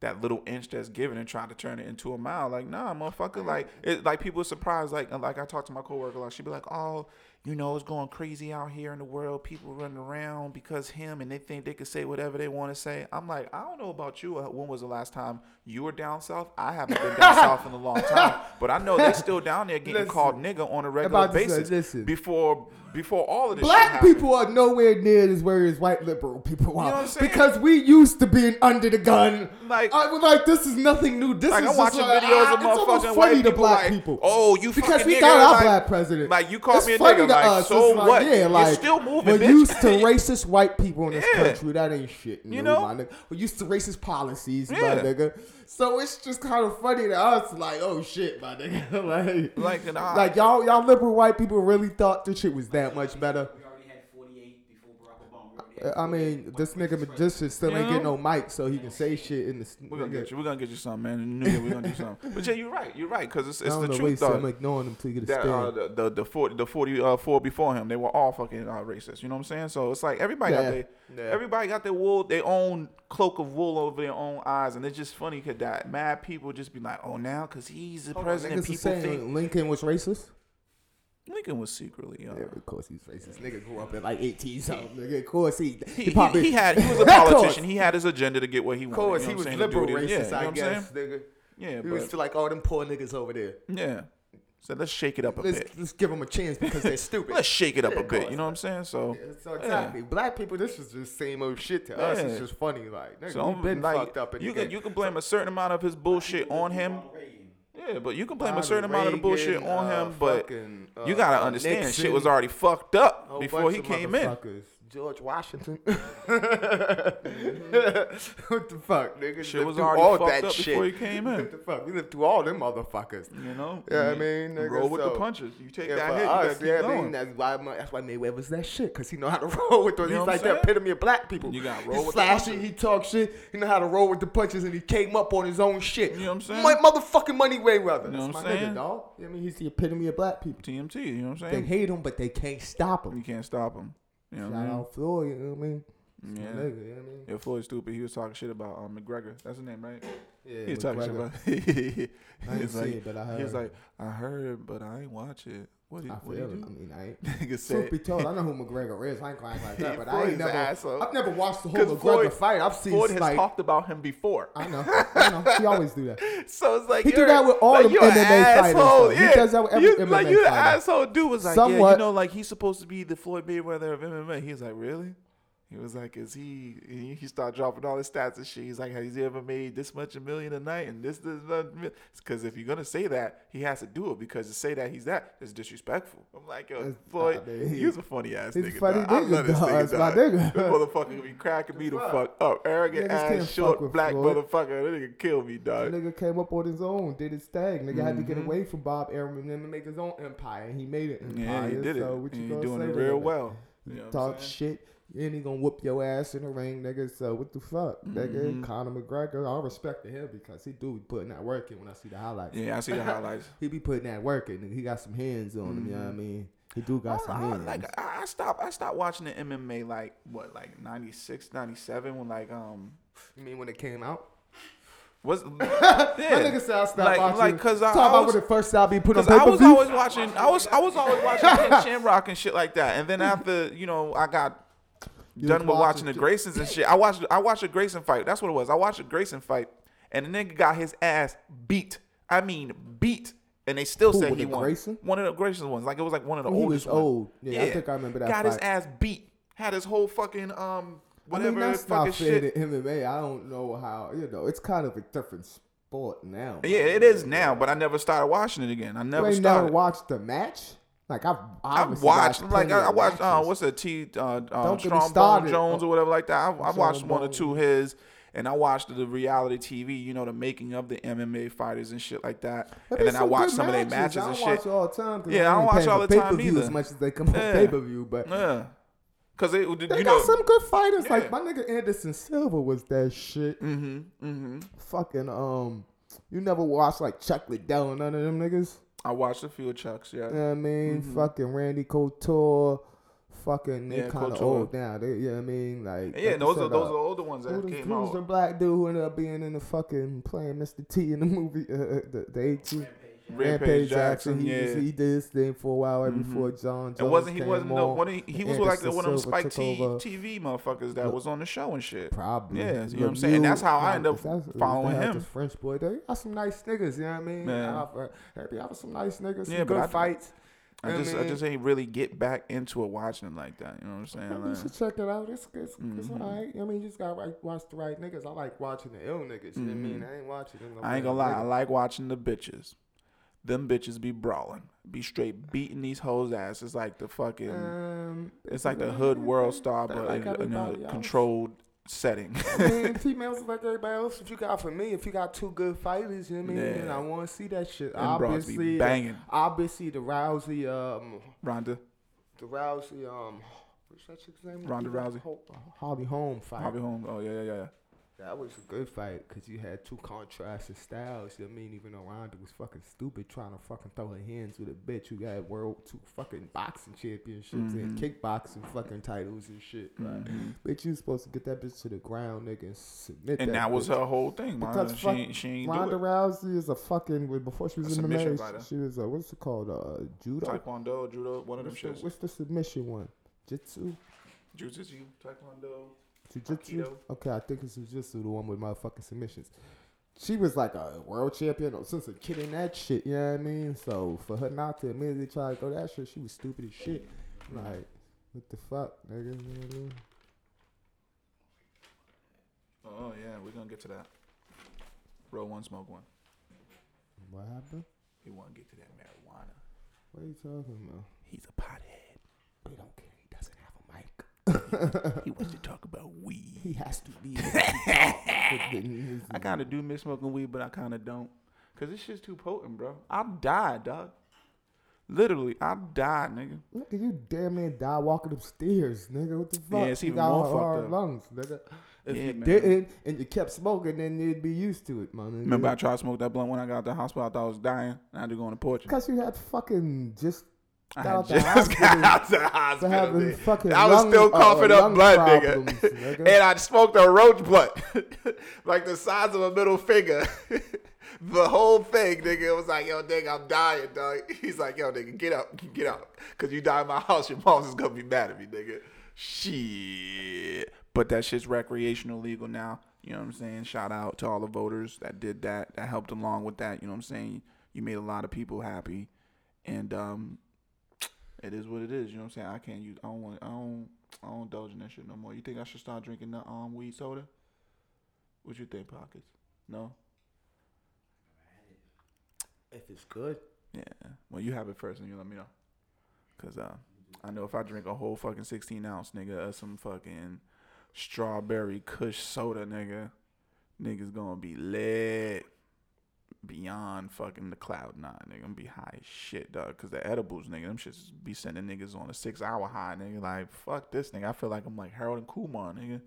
B: that little inch that's given and try to turn it into a mile. Like, nah, motherfucker. Like, it, like people are surprised. Like, like I talked to my coworker, like she'd be like, oh, you know, it's going crazy out here in the world. People running around because him, and they think they can say whatever they want to say. I'm like, I don't know about you. Uh, When was the last time you were down south? I haven't been down south in a long time, but I know they're still down there getting
E: Listen.
B: called nigga on a regular
E: About to say,
B: basis.
E: listen.
B: Before, before all of this. shit
E: Black
B: happened.
E: people are nowhere near as where as white liberal people are
B: know what I'm saying?
E: because we used to being under the gun.
B: Like-
E: I was like, this is nothing new. This
B: Like
E: is
B: I'm
E: just
B: watching
E: like,
B: videos
E: ah,
B: of
E: it's almost
B: motherfucking
E: funny
B: white
E: to
B: people
E: black
B: like,
E: people.
B: Oh, you
E: because
B: fucking
E: we
B: nigga.
E: got our
B: Like-
E: black president.
B: Like you called
E: It's
B: me a
E: funny
B: nigga.
E: to
B: Like
E: us.
B: so
E: It's like,
B: what?
E: Yeah, like
B: You're still moving.
E: We're
B: bitch.
E: used to racist white people in this
B: Yeah.
E: country. That ain't shit. New,
B: You know?
E: my nigga. We're used to racist policies, my
B: Yeah.
E: nigga. So it's just kind of funny to us. Like, oh shit, my nigga. like,
B: Like, and I-
E: like y'all, y'all liberal white people really thought this shit was that much better.
F: We already had 48 before Barack Obama. We already had
E: Uh, I mean, this nigga magician still ain't getting no mic, so he can say shit in this.
B: We're gonna get you. We're gonna get you something, man. In the New year, we're gonna do something. But yeah, you're right. You're right because it's,
E: I
B: it's
E: don't
B: the
E: know. Wait,
B: truth.
E: so I'm
B: Though.
E: ignoring him till you get a
B: That, uh,
E: spin.
B: the the the forty the forty uh, four before him, they were all fucking uh, racist. You know what I'm saying? So it's like everybody
E: Yeah.
B: got their
E: Yeah.
B: everybody got their wool, their own cloak of wool over their own eyes, and it's just funny because that mad people just be like, oh, now because he's the president,
E: Niggas are
B: people think
E: saying Lincoln was racist.
B: Lincoln was secretly. Uh,
E: Yeah, of course he's racist. Nigga grew up in like 18 something. Nigga, of course he.
B: he, he, he had he was a
E: Of course.
B: politician. He had his agenda to get what he
E: Of
B: wanted.
E: course,
B: you
E: he
B: know
E: was
B: what I'm saying, to do
E: liberal
B: what
E: racist,
B: he-
E: I
B: yeah, you know what I'm
E: guess, nigga.
B: saying? Yeah,
E: He
B: but,
E: was like all them poor niggas over there.
B: yeah. So let's shake it up a
E: Let's,
B: bit.
E: let's give them a chance because they're stupid.
B: Let's shake it up
E: Yeah,
B: a
E: of
B: bit.
E: course.
B: You know what I'm saying? So,
E: Yeah, So exactly, black people. This is just same old shit to us. It's
B: Yeah.
E: just funny, like nigga,
B: so
E: we've been
B: like,
E: fucked up. In
B: you
E: the
B: can you can blame a certain amount of his bullshit on him. Yeah, but you can blame a
E: Ronald
B: certain amount of the bullshit
E: Reagan,
B: on
E: uh,
B: him. But
E: fucking,
B: you
E: uh,
B: gotta understand, shit was
E: Nixon.
B: already fucked up
E: Whole
B: before
E: bunch
B: he
E: of
B: came in.
E: motherfuckers. George Washington. what the fuck, nigga? You
B: Shit
E: lived
B: was
E: through
B: already
E: all
B: fucked
E: that
B: up
E: shit.
B: before you came in.
E: What the fuck? You lived through all them motherfuckers.
B: You know?
E: Yeah, I
B: Mhm.
E: mean, nigga,
B: roll with the
E: so-
B: punches. You take
E: Yeah,
B: that
E: for
B: hit, you
E: us,
B: gotta keep
E: yeah, I mean,
B: going.
E: that's why my, that's why Mayweather's that shit, cause he know how to roll with those.
B: You know
E: He's
B: what
E: like
B: I'm
E: the
B: saying?
E: epitome of black people.
B: You gotta
E: He
B: roll with the
E: flashy,
B: punches.
E: He talk shit. He know how to roll with the punches, and he came up on his own shit.
B: You know what I'm
E: My,
B: saying?
E: motherfucking money Mayweather.
B: You know
E: that's
B: what I'm
E: my
B: saying?
E: nigga, dog. I mean, he's the epitome of black people.
B: TMT, you know what I'm
E: They
B: saying?
E: hate him, but they can't stop
B: You
E: him.
B: can't stop him. You know what I
E: Shout
B: mean?
E: out Floyd. You know what I mean? That's my
B: Yeah.
E: nigga, you know what I mean?
B: Yeah, Floyd stupid. He was talking shit about um, McGregor. That's his name, right?
E: Yeah,
B: he was talking shit
E: McGregor.
B: about. he
E: didn't
B: was
E: see
B: like,
E: it, but I
B: He was
E: heard.
B: like, I heard, but I ain't watch it. What did,
E: I
B: what did
E: feel it. I
B: you?
E: mean, I ain't.
B: Nigga
E: Truth
B: said,
E: be told, I know who McGregor is. I ain't crying like that, but I
B: Floyd's
E: ain't
B: an
E: never.
B: asshole.
E: I've never watched the whole
B: 'Cause
E: McGregor
B: Floyd-
E: fight. I've seen
B: Floyd has
E: like,
B: talked about him before.
E: I know, I know. He always do that.
B: So it's like
E: He do
B: you're-
E: that with all
B: like,
E: them
B: you're an
E: MMA fighters, though.
B: asshole.
E: He
B: Yeah.
E: does that with every
B: you, Like
E: MMA
B: you, the
E: fighter.
B: asshole dude was like, yeah, you
E: Somewhat.
B: know, like he's supposed to be the Floyd Mayweather of MMA. He was like, really? He was like, is he? He, he started dropping all his stats and shit. He's like, has he ever made this much a million a night? And this, this, because if you're gonna say that, he has to do it. Because to say that he's that is disrespectful. I'm like, yo,
E: It's-
B: Floyd,
E: nah, man, he-
B: he was a funny ass
E: he's
B: nigga.
E: a funny
B: dog. I
E: nigga,
B: love this
E: dog.
B: nigga.
E: That's my
B: dog.
E: nigga.
B: This motherfucker be cracking me the fuck up. Arrogant
E: Niggas can't
B: ass,
E: fuck
B: short
E: with
B: black
E: Floyd.
B: motherfucker. That nigga kill me, dog.
E: That nigga came up on his own, did his thing. Nigga had to get away from Bob Arum and then to make his own empire, and he made it. Empire,
B: Mm-hmm. Yeah, he did it.
E: so What you
B: and
E: gonna
B: he's doing
E: say
B: it
E: to
B: real
E: him?
B: well.
E: You
B: You know what I'm
E: talk
B: saying?
E: shit, then he gonna whoop your ass in the ring, nigga. So what the fuck,
B: Mm-hmm.
E: nigga? Conor McGregor, all respect to him because he do be putting that work in when I see the highlights.
B: Yeah, I see the highlights.
E: He be putting that work in. nigga. He got some hands on him. You know what I mean? He do got
B: I,
E: some
B: Mm. Oh, I,
E: hands.
B: like I I stopped, I stopped watching the MMA like what, like 96, 97 when like um
E: you mean when it came out?
B: was yeah.
E: My nigga said I stopped
B: like,
E: watching.
B: Like, cause I,
E: Talk
B: I
E: about
B: was,
E: when it first out be put on
B: Cause I was
E: pay-per-view.
B: always watching, I was, I was always watching Ken Shamrock and shit like that. And then after, you know, I got
E: You
B: done
E: was
B: with watching
E: watching
B: the
E: shit.
B: Graysons and shit. I watched, I watched a Grayson fight. That's what it was. I watched a Grayson fight, and the nigga got his ass beat. I mean, beat. And they still
E: Who,
B: said
E: was
B: he
E: it
B: won.
E: Grayson?
B: One of the Grayson ones. Like it was like one of the
E: He was
B: oldest. ones.
E: old. Yeah, I think I remember that
B: Got his
E: fight.
B: ass beat. Had his whole fucking um whatever
E: I mean, that's
B: fucking
E: not fair
B: shit.
E: to MMA. I don't know how you know. It's kind of a different sport now.
B: Yeah, it is now, but I never started watching it again. I
E: You
B: never
E: ain't
B: started.
E: never watched the match. Like I've
B: I
E: obviously
B: watched like
E: plenty
B: I, I
E: of
B: watched uh,
E: matches.
B: what's that T uh, uh,
E: Don't get me
B: Trombone
E: started.
B: Jones or whatever like that. I, I watched one or
E: Trombone.
B: two his, and I watched the reality TV. You know the making of the MMA fighters and shit like that.
E: But
B: and
E: there's
B: then I
E: some
B: watched
E: good
B: some of their
E: matches.
B: matches
E: I
B: and
E: don't
B: shit.
E: watch all the time. 'cause
B: Yeah, I
E: ain't
B: don't watch
E: paying
B: all
E: for
B: the time
E: pay-per-view
B: either.
E: As much as they come on
B: Yeah.
E: pay per view, but
B: yeah, because they, you
E: they
B: know
E: got some good fighters.
B: Yeah.
E: Like
B: Mm.
E: my nigga Anderson Silva was that shit.
B: mm-hmm,
E: Fucking um, you never watched like Chuck Liddell and none of them niggas.
B: I watched a few of Chucks. Yeah,
E: You know what I mean? Fucking Randy Couture. Fucking they
B: Mm-hmm. Yeah,
E: kind of
B: Couture.
E: old now. They, you know what I mean? Like
B: yeah.
E: like you
B: those
E: said,
B: are those
E: uh,
B: are the older ones that
E: Who the,
B: came
E: who's the
B: out.
E: black dude who ended up being in the fucking playing Mr. T in the movie? Uh, uh, the the 18
B: Rampage Jackson,
E: He, was-
B: yeah. Mm-hmm.
E: he did his thing for a while right before John. Jones
B: And wasn't he
E: came
B: wasn't no,
E: on,
B: one of, he
E: and
B: was like
E: Anderson
B: one of them
E: Silva
B: Spike
E: took
B: T,
E: over.
B: TV motherfuckers that was on the show and shit.
E: Probably.
B: Yeah, you know what I'm
E: Lemieux,
B: saying. That's how I
E: nah,
B: end up
E: that's- what the
B: following
E: hell,
B: him.
E: This French boy, they got some nice niggas. You know what I mean?
B: Man.
E: I've, uh, Happy, I was some nice niggas.
B: Yeah,
E: some
B: but
E: good
B: I-
E: fights.
B: I
E: You know
B: just
E: what
B: I just ain't really get back into it watching them like that. You know what I'm saying?
E: You
B: Like,
E: should check it out. It's it's, it's
B: Mm-hmm.
E: alright. I mean, you just gotta like, watch the right niggas. I like watching the ill niggas. You know what I mean? I ain't watching them. no
B: Mm-hmm. I ain't
E: bad
B: gonna lie,
E: niggas.
B: I like watching the bitches. Them bitches be brawling, be straight beating these hoes ass. It's like the fucking,
E: Um,
B: it's like the hood world star, but
E: like
B: in, in
E: everybody
B: a
E: else.
B: controlled setting.
E: I mean, females is like everybody else. If you got for me, if you got two good fighters, you know what I mean,
B: Yeah.
E: then I want to see that shit.
B: Them broads be
E: obviously, uh,
B: banging.
E: obviously the Rousey, um,
B: Ronda,
E: the Rousey, um, what's that chick's name?
B: Ronda Rousey.
E: Ho- Holly Holm fight.
B: Bobby Holmes. Oh yeah, yeah, yeah.
E: That was a good fight because you had two contrasting styles. You know what I mean, even though Ronda was fucking stupid trying to fucking throw her hands with a bitch, you got world two fucking boxing championships
B: Mm-hmm.
E: and kickboxing fucking titles and shit. Like, bitch, you supposed to get that bitch to the ground, nigga, and submit.
B: And that was
E: bitch.
B: her whole thing. Ronda,
E: Because
B: she
E: fuck,
B: ain't, she ain't
E: Ronda
B: do it.
E: Rousey is a fucking well, before she
B: A
E: was in
B: submission
E: the
B: fighter.
E: she, she was a what's it called uh, judo.
B: Taekwondo, judo, one of them
E: what's, the,
B: shits.
E: what's the submission one? Jitsu,
B: Jujitsu, Taekwondo.
E: jujitsu.
B: Aikido.
E: Okay, I think it's jujitsu, the one with motherfucking submissions. She was like a world champion or since a kid in that shit. You know what I mean? So for her not to immediately try to go that shit, she was stupid as shit. Like what the fuck, nigga? You know what I mean?
B: Oh yeah, we're gonna get to that. Roll one, smoke one.
E: What happened?
B: He wanna get to that marijuana.
E: What are you talking about?
B: He's a pothead.
E: We don't care. He doesn't have a mic.
B: he wants to talk about weed.
E: He has to be. I
B: I kind of do miss smoking weed, but I kind of don't. Cause this shit's too potent, bro. I'll die, dog. Literally, I'll die, nigga.
E: Look at you, damn man, die walking upstairs, nigga. What the fuck?
B: it's
E: You
B: even
E: got
B: more fucked
E: hard
B: up.
E: lungs, nigga. If
B: Yeah,
E: you
B: man.
E: didn't and you kept smoking, then you'd be used to it, man.
B: Remember, I tried to smoke that blunt when I got out the hospital. I thought I was dying. and I had to go on the porch.
E: Because you had fucking just
B: I
E: got out
B: had
E: the
B: just got
E: hospital
B: out the
E: for
B: hospital.
E: having
B: nigga.
E: fucking
B: I was
E: lung-
B: still
E: uh,
B: coughing
E: lung
B: up blood,
E: problems,
B: nigga.
E: nigga.
B: and I smoked a roach blunt, like the size of a middle finger. the whole thing, nigga. It was like, yo, nigga, I'm dying, dog. He's like, yo, nigga, get up, get up, cause you die in my house, your mom's is gonna be mad at me, nigga. Shit. But that shit's recreational legal now. You know what I'm saying? Shout out to all the voters that did that, that helped along with that. You know what I'm saying? You made a lot of people happy, and um, it is what it is. You know what I'm saying? I can't use. I don't want. I don't. I don't indulge in that shit no more. You think I should start drinking the um weed soda? What you think, pockets? No.
E: If it's good,
B: Yeah. Well, you have it first, and you let me know. Cause uh, I know if I drink a whole fucking sixteen ounce, nigga, of some fucking strawberry Kush soda, nigga, niggas gonna be lit beyond fucking the cloud nine, nigga. I'm be high as shit, dog. Cause the edibles, nigga, them shits be sending niggas on a six hour high, nigga. Like fuck this, nigga. I feel like I'm like Harold and Kumar, nigga.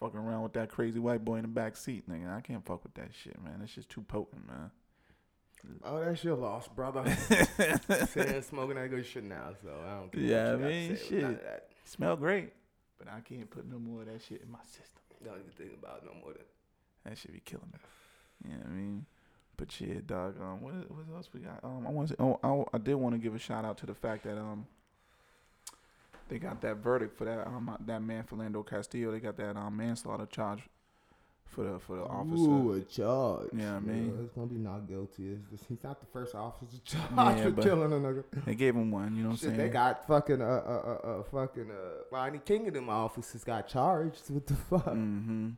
B: Fucking around with that crazy white boy in the back seat, nigga. I can't fuck with that shit, man. That shit's too potent, man.
E: oh, that's your loss, brother. Saying smoking that good shit now, so I don't care.
B: Yeah, I
E: what you gotta
B: mean,
E: say about
B: shit.
E: that.
B: Smell great, but I can't put no more of that shit in my system.
E: Don't even think about it no more. Than
B: That should be killing me. You know what I mean? But shit, dog. Um, what what else we got? Um, I want to. Oh, I, I did want to give a shout out to the fact that um, they got that verdict for that um that man Philando Castillo. They got that um manslaughter charge for the for the officer.
E: Ooh, a charge.
B: Yeah, I
E: nigga.
B: mean-
E: it's gonna be not guilty. It's just, he's not the first officer charged
B: Yeah,
E: for
B: but-
E: killing a nigga.
B: They gave him one. You know what
E: Shit,
B: I'm
E: they
B: saying?
E: got fucking uh uh uh, uh fucking uh Ronnie King and them officers got charged. What the fuck?
B: hmm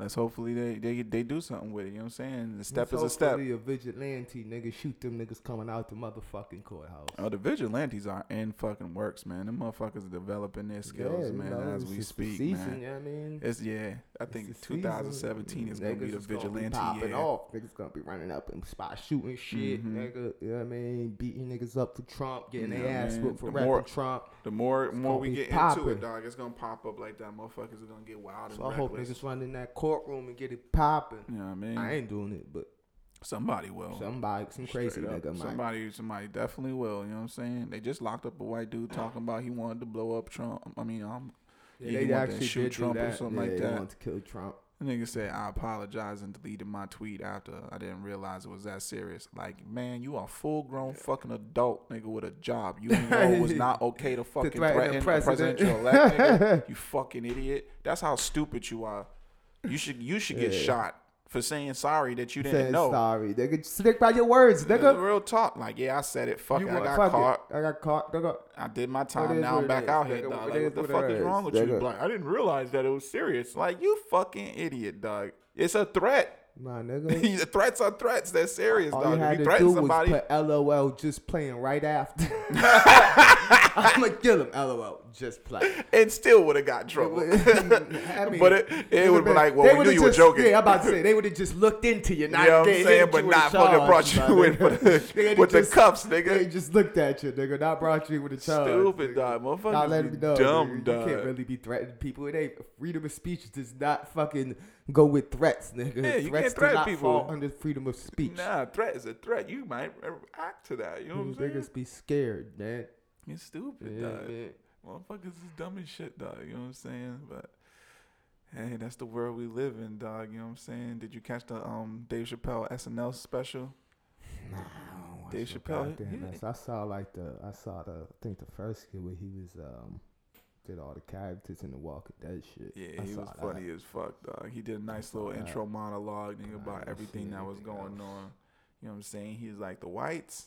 B: Let's hopefully they they they do something with it. You know what I'm saying? The step
E: Let's
B: is a step.
E: hopefully A vigilante nigga shoot them niggas coming out the motherfucking courthouse.
B: Oh, the vigilantes are in fucking works, man. Them motherfuckers are developing their skills,
E: you
B: man,
E: know,
B: as
E: it's
B: we
E: just the
B: speak,
E: season,
B: man.
E: You know what I mean?
B: It's yeah. I think
E: It's the
B: 2017 is
E: season.
B: gonna be
E: Niggas
B: the
E: is gonna
B: vigilante
E: popping
B: year. Mm-hmm.
E: off. Niggas gonna be running up and spot shooting shit, nigga. You know what I mean? Beating niggas up for Trump, getting
B: Yeah,
E: their ass
B: man.
E: whipped for
B: The
E: rapping
B: more-
E: Trump.
B: The more
E: gonna
B: more we
E: be
B: get into
E: poppin'.
B: it, dog, it's gonna pop up like that. Motherfuckers are gonna get wild and
E: So I hope
B: reckless.
E: niggas run in that courtroom and get it popping.
B: you know what I mean?
E: I ain't doing it, but
B: Somebody will.
E: somebody, some crazy
B: Oh, Straight up.
E: nigga might.
B: Somebody, somebody definitely will. You know what I'm saying? They just locked up a white dude talking about he wanted to blow up Trump. I mean, um,
E: Yeah,
B: he
E: they
B: wanted to
E: actually
B: shoot
E: did
B: Trump
E: do
B: or
E: that.
B: something
E: yeah,
B: like
E: they
B: that.
E: wanted to kill Trump.
B: The nigga said, I apologize and deleted my tweet after I didn't realize it was that serious. Like, man, you are a full grown fucking adult, nigga, with a job. You know it was not okay to fucking
E: threaten
B: threaten,
E: the
B: the
E: president.
B: presidential elect, nigga. You fucking idiot. That's how stupid you are. You should you should get shot for saying sorry that you didn't
E: Saying
B: know.
E: sorry, nigga. Stick by your words, nigga.
B: Real talk. Like, yeah, I said it. Fuck
E: You
B: it. I
E: want-
B: got
E: fuck it.
B: caught.
E: I got caught, nigga.
B: I did my
E: It
B: time.
E: is
B: Now
E: what
B: I'm
E: it
B: back
E: is,
B: out here,
E: nigga.
B: dog.
E: It
B: Like,
E: is
B: what the
E: what
B: fuck
E: it
B: is
E: is,
B: wrong with you?
E: nigga.
B: Like, I didn't realize that it was serious. Like, you fucking idiot, dog. It's a threat.
E: Nah, nigga.
B: The threats are threats. They're serious,
E: All you
B: dog. If
E: had
B: you
E: to do
B: threaten
E: was
B: somebody,
E: put LOL just playing right after. I'm gonna kill him. LOL just play.
B: it still would have got in trouble.
E: I mean,
B: But it- it
E: would've
B: would be
E: been-
B: like, well,
E: they
B: we knew
E: would've
B: you were
E: just-
B: joking.
E: Yeah, I'm about to say they would have just looked into you, not
B: You know what I'm
E: gave-
B: saying?
E: hit
B: But
E: you with a
B: not fucking
E: charge,
B: brought
E: my
B: you in
E: nigga.
B: for the-
E: Nigga,
B: with
E: they
B: the cuffs, nigga.
E: They just looked at you, nigga. Not brought you with a charge.
B: Stupid,
E: nigga.
B: dog. Motherfuckers
E: Not letting
B: be
E: me know,
B: dumb,
E: nigga.
B: dog.
E: You can't really be threatening people. It ain't freedom of speech does not fucking go with threats, nigga.
B: Yeah, you
E: threats
B: can't threaten
E: do not
B: people.
E: fall under freedom of speech.
B: nah, threat is a threat. You might react to that. You know
E: These
B: what I'm saying?
E: niggas be scared, man.
B: It's stupid,
E: Yeah,
B: dog.
E: man.
B: Motherfuckers is dumb as shit, dog. You know what I'm saying? But hey, that's the world we live in, dog. You know what I'm saying? Did you catch the um Dave Chappelle SNL special?
E: watch
B: Dave
E: no
B: Chappelle,
E: goddamn
B: yeah.
E: mess. I saw like the I saw the I think the first kid where he was um did all the characters in the Walking Dead shit.
B: Yeah,
E: I
B: he
E: saw
B: was
E: that.
B: funny as fuck, dog. He did a nice little intro monologue, nigga,
E: I
B: about
E: didn't
B: everything
E: see
B: that was
E: anything
B: going
E: else.
B: on. You know what I'm saying? He's like, the whites,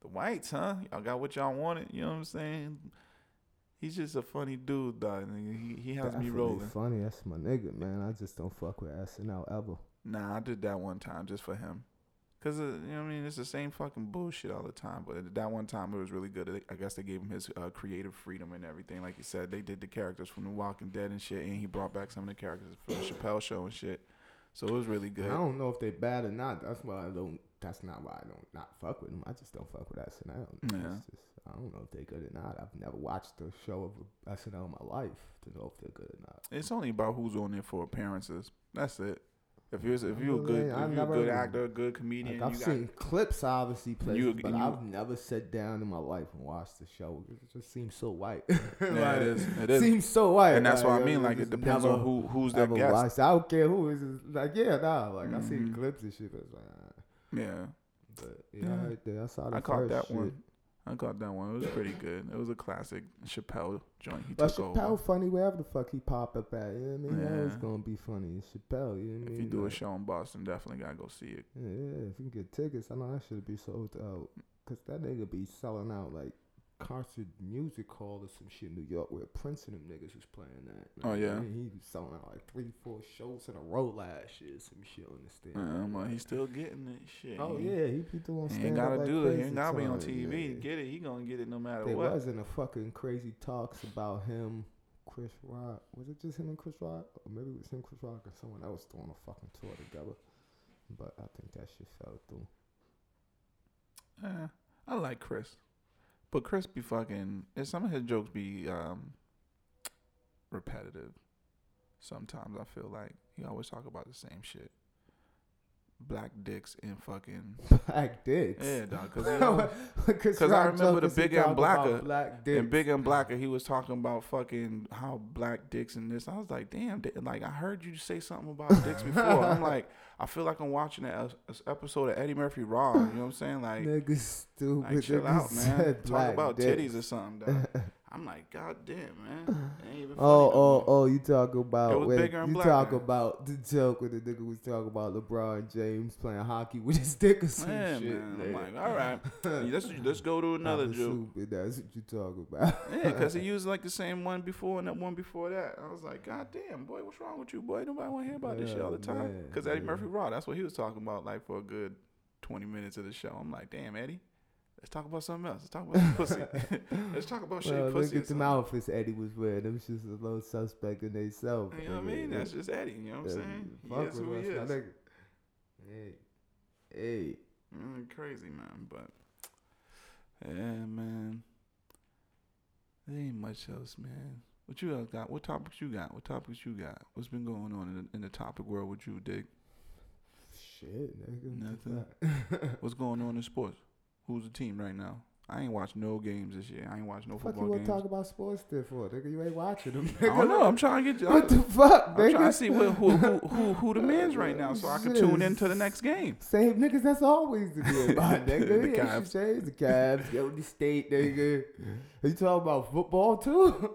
B: the whites, huh? Y'all got what y'all wanted. You know what I'm saying? He's just a funny dude, dog. nigga. He, he has me
E: Definitely
B: rolling.
E: Funny, that's my nigga, man. I just don't fuck with SNL ever.
B: Nah, I did that one time just for him. Cause uh, you know what I mean, it's the same fucking bullshit all the time. But that one time it was really good. They- I guess they gave him his uh, creative freedom and everything. Like you said, they did the characters from The Walking Dead and shit, and he brought back some of the characters from the Chappelle Show and shit. So it was really
E: I
B: good.
E: don't know if they bad or not. That's why I don't. That's not why I don't not fuck with them. I just don't fuck with SNL. It's
B: Yeah.
E: just- I don't know if they good or not. I've never watched a show of SNL in my life to know if they're good or not.
B: It's only about who's on there for appearances. That's it. If you're if you're a
E: Really?
B: good
E: I've
B: if you're a good
E: never-
B: actor, a good comedian,
E: Like I've
B: you got
E: seen clips, obviously, places,
B: You-
E: but
B: you-
E: I've never sat down in my life and watched the show. It just seems so white.
B: yeah, it is. It is.
E: seems so white.
B: And that's what I
E: Like,
B: mean.
E: uh,
B: Like it
E: just
B: depends on
E: never-
B: who who's their
E: Ever
B: guest. Mm-hmm.
E: watched. I don't care who is. it. Like yeah, nah. Like I seen clips and shit, but it's like, ah.
B: Yeah,
E: but yeah,
B: Yeah.
E: right there, I saw the
B: Mm-hmm. I caught
E: first
B: that
E: shit.
B: one. I caught that one. It was pretty good. It was a classic Chappelle joint. He
E: But
B: took
E: Chappelle
B: over.
E: funny wherever the fuck he pop up at. You know what I mean? It's Always
B: Yeah.
E: gonna be funny. It's Chappelle. You know what I mean?
B: If you do a
E: Like,
B: show in Boston, definitely gotta go see it.
E: Yeah, yeah, if you can get tickets, I know that should be sold out. Cause that nigga be selling out like concert music hall or some shit in New York where Prince and them niggas was playing that.
B: Oh,
E: Like,
B: yeah?
E: I mean, he was selling out like three, four shows in a row last year. Some shit on the stand.
B: Um, uh, he's still getting it. Shit.
E: Oh
B: he,
E: yeah, he be doing
B: He ain't
E: stand-up
B: gotta
E: like
B: do it. He
E: crazy
B: ain't gotta be on
E: time,
B: TV.
E: yeah.
B: Get it. He gonna get it no matter
E: There
B: what.
E: wasn't a fucking crazy talks about him, Chris Rock. Was it just him and Chris Rock? Or maybe it was him, Chris Rock, and someone else doing a fucking tour together. But I think that shit fell through.
B: Eh, I like Chris, but Chris be fucking. and Some of his jokes be um, repetitive. Sometimes I feel like he always talk about the same shit. Black dicks and fucking
E: Black dicks.
B: yeah, dog. Because
E: Chris
B: 'Cause I
E: Rock
B: remember
E: jokes,
B: the
E: he
B: Big M
E: talk about
B: Blacker
E: Black dicks.
B: and Big and Blacker, he was talking about fucking how black dicks and this. I was like, damn, di- like I heard you say something about dicks before. I'm like, I feel like I'm watching an es- episode of Eddie Murphy Raw. You know what I'm saying? Like,
E: Niggas stupid.
B: Like, chill
E: Niggas
B: out, man.
E: said
B: Talk
E: black
B: about
E: dicks.
B: titties or something. Dog. I'm like, God damn, man. It ain't even funny
E: Oh,
B: no
E: oh,
B: more.
E: oh! You talk about
B: It was
E: wait,
B: bigger and
E: you
B: blacker.
E: talk about the joke where the nigga was talking about LeBron James playing hockey with his dick or some
B: Man,
E: shit.
B: man. I'm
E: nigga.
B: like, all right, let's let's go to another
E: Papa
B: joke.
E: Stupid, that's what you talk about.
B: Yeah, because he used like the same one before and that one before that. I was like, God damn, boy, what's wrong with you, boy? Nobody want to hear about this shit all the
E: Yeah,
B: time.
E: man,
B: Because Eddie
E: yeah.
B: Murphy Raw, that's what he was talking about, like for a good 20 minutes of the show. I'm like, damn, Eddie, let's talk about something else. Let's talk about some pussy. let's talk about Oh, shit,
E: well, look
B: pussy. or
E: at the
B: something.
E: outfits Eddie was wearing. Them shit's a little suspect in themselves.
B: You know what I mean? That's just Eddie. You know what I'm saying? He is who he is.
E: Hey, hey,
B: Mm, crazy man, but yeah, man. There ain't much else, man. What you else got? What topics you got? What topics you got? What's been going on in the, in the topic world with you, Dick?
E: shit, nigga.
B: Nothing. What's going on in sports? Who's the team right now? I ain't watched no games this year. I ain't watched no
E: Fuck you
B: football
E: want
B: games.
E: to talk about sports there for, nigga? You ain't watching them.
B: I
E: Nigga.
B: don't know. I'm trying to get.
E: What the
B: I'm,
E: fuck,
B: I'm
E: nigga?
B: trying to see what, who who who who the man's right now, so I can tune into the next game.
E: Same niggas that's always the deal, my
B: The
E: nigga. Yeah, should
B: Cavs.
E: change the Cavs, the only state, nigga. Are you talking about football too?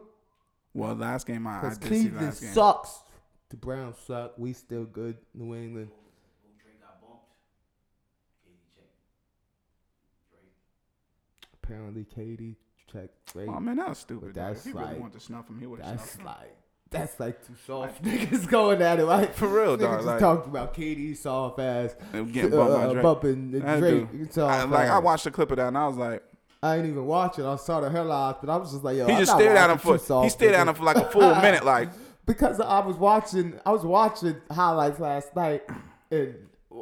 B: Well, last game I, I
E: Because
B: did see
E: Cleveland
B: last game.
E: sucks. The Browns suck. We still good. New England.
F: Who Drake got bumped? Katie check. Drake.
E: Apparently, Katie checked great.
B: Oh man, that was stupid. dude.
E: that's
B: if he really
E: like-
B: wanted to snuff him, he would have snuffed
E: that's
B: him.
E: like that's like too soft. niggas going at it like
B: For real,
E: Nigga
B: dog,
E: just
B: like-
E: talked about Katie soft ass. uh,
B: And getting bumped by Drake.
E: bumping the
B: That
E: Drake.
B: dude.
E: soft
B: I, like I
E: ass.
B: watched the clip of that and I was like,
E: I ain't even watch it. I saw the headlines, but Oh, I was just like, yo.
B: he
E: I'm
B: just
E: not
B: stared at him
E: watching
B: for
E: too soft,
B: he stared at
E: nigga.
B: him for like a full minute, like
E: because I was watching I was watching highlights last night and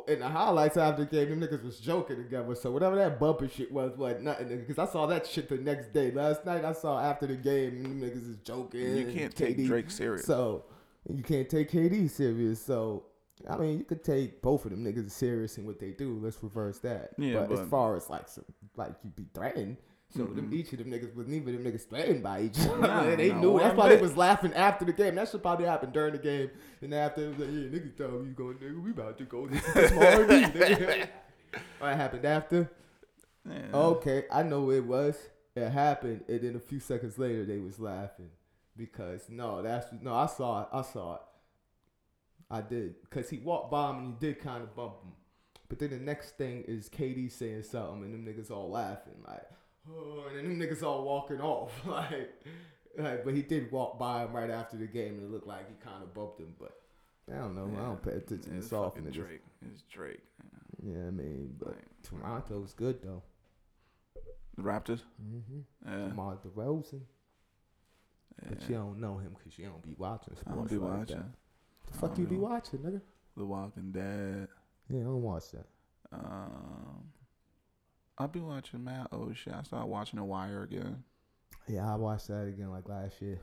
E: in the highlights after the game, them niggas was joking together. So whatever that bumper shit was, was nothing. Because I saw that shit the next day. Last night I saw after the game, and them niggas is joking.
B: You
E: and
B: can't take
E: KD.
B: Drake serious.
E: So you can't take KD serious. So I mean, you could take both of them niggas serious in what they do. Let's reverse that.
B: Yeah,
E: but,
B: but-
E: as far as like some, like you be threatened. So them, each of them niggas was neither of them niggas threatened by each other.
B: Nah,
E: they
B: nah,
E: knew
B: one
E: that's why they
B: bit.
E: was laughing after the game. That should probably happen during the game. And after it was like, yeah, nigga tell me you going nigga, we about to go this is tomorrow. nigga. oh, it happened after?
B: Yeah.
E: Okay, I know it was. It happened, and then a few seconds later they was laughing because no, that's no. I saw it. I saw it. I did because he walked by him and he did kind of bump him. But then the next thing is KD saying something, and them niggas all laughing like, oh, and then them niggas all walking off like, like. But he did walk by him right after the game, and it looked like he kind of bumped him. But Oh, I don't know. I don't pay attention to
B: It's
E: soft
B: fucking
E: niggas.
B: Drake. It's Drake. Yeah.
E: Yeah, I mean, but Toronto's good though.
B: The Raptors.
E: Mm-hmm.
B: Yeah.
E: DeMar DeRozan, but you don't know him because you don't be watching
B: I don't
E: sports
B: be
E: like
B: watching.
E: that. The fuck you be watching, nigga?
B: The Walking Dead.
E: Yeah, I don't watch that.
B: Um, I'll be watching Matt Oh shit. I started watching The Wire again.
E: Yeah, I watched that again like last year.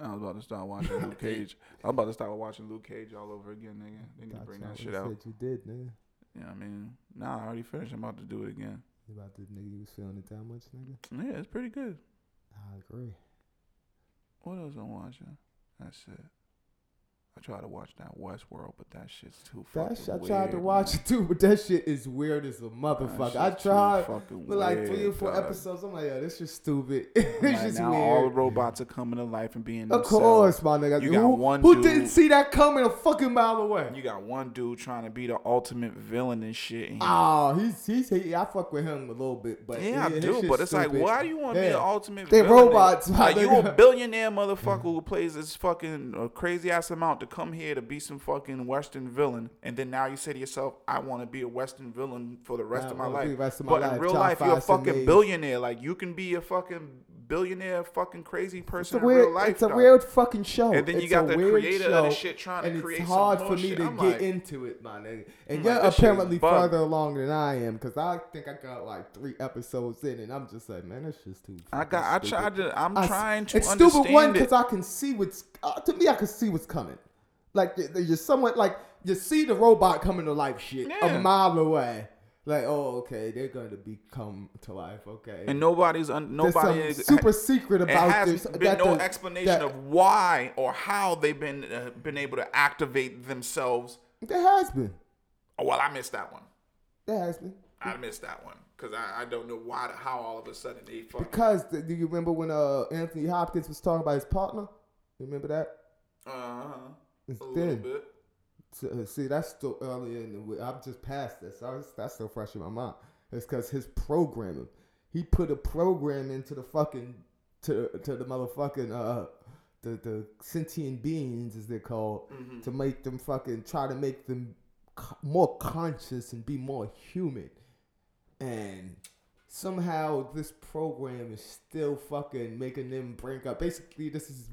B: I was about to start watching Luke Cage. I'm about to start watching Luke Cage all over again, nigga. They need to
E: Thought
B: bring
E: y'all
B: that
E: would've
B: shit out.
E: said you did, nigga.
B: You know what I mean? Nah, I already finished. I'm about to do it again.
E: You About the nigga, you was feeling it that much, nigga.
B: Yeah, it's pretty good.
E: I agree.
B: What else I'm watching? That's it. I tried to watch that Westworld, but that shit's too fucking
E: That shit, I
B: weird.
E: tried to
B: man.
E: watch it too, but that shit is weird as a motherfucker. I
B: shit's too
E: tried
B: fucking
E: with like three or
B: weird,
E: four
B: dog.
E: episodes. I'm like, yo, this shit's stupid. it's
B: Like,
E: just
B: now
E: weird.
B: all the robots are coming to life and being
E: Of
B: themselves.
E: course, my nigga.
B: You
E: who,
B: got one
E: who
B: dude-
E: didn't see that coming a fucking mile away?
B: You got one dude trying to be the ultimate villain and shit. and he-
E: Oh, he's he's he, I fuck with him a little bit, but
B: yeah, I
E: his
B: do,
E: shit's
B: but it's like,
E: stupid.
B: why do you want to be
E: Yeah.
B: the ultimate?
E: They
B: villain?
E: robots, my
B: Like, you a
E: nigga. Mm.
B: billionaire motherfucker who plays this fucking uh, crazy ass amount to come here to be some fucking Western villain, and then now you say to yourself, "I want to be a Western villain for the rest
E: I
B: of my
E: wanna be
B: life."
E: the rest of my
B: but in
E: life,
B: real
E: try to
B: life, you're a
E: find some
B: fucking
E: niggas.
B: billionaire. Like, you can be a fucking billionaire, fucking crazy
E: It's a
B: person in
E: weird,
B: real life.
E: it's a
B: dog.
E: weird fucking show.
B: And then you
E: It's
B: got
E: a
B: the
E: weird
B: creator of
E: show,
B: the shit trying to
E: and
B: create
E: it's
B: some
E: hard
B: more
E: for me
B: shit.
E: to
B: I'm
E: get
B: like-
E: into it, my nigga. And
B: I'm
E: you're
B: like, this shit is
E: apparently
B: bugged.
E: further along than I am because I think I got like three episodes in, and I'm just like, man, that's just too.
B: I
E: fucking
B: got. I
E: stupid.
B: tried to. I'm
E: I s-
B: trying to.
E: It's
B: understand
E: stupid one
B: it.
E: because I can see what's uh, to me. I can see what's coming. Like y- you're somewhat like you see the robot coming to life, shit
B: Yeah.
E: a mile away. Like oh okay, they're going to be come to life. Okay,
B: and nobody's un,
E: there's
B: nobody
E: something super secret
B: It
E: about
B: has
E: this.
B: been
E: that
B: no
E: the-
B: explanation
E: that-
B: of why or how they've been uh, been able to activate themselves.
E: There has been.
B: Oh, well, I missed that one.
E: There has been.
B: I missed that one because I, I don't know why how all of a sudden they fucking.
E: Because th- do you remember when uh Anthony Hopkins was talking about his partner? You remember that?
B: Uh huh.
E: It's
B: A little
E: then.
B: bit.
E: So, uh, see, that's still early in the week. I'm just past this. I was, that's still fresh in my mind. It's because his programming. He put a program into the fucking to to the motherfucking uh the the sentient beings as they're called to make them fucking try to make them co- more conscious and be more human. And somehow this program is still fucking making them break up. Basically, this is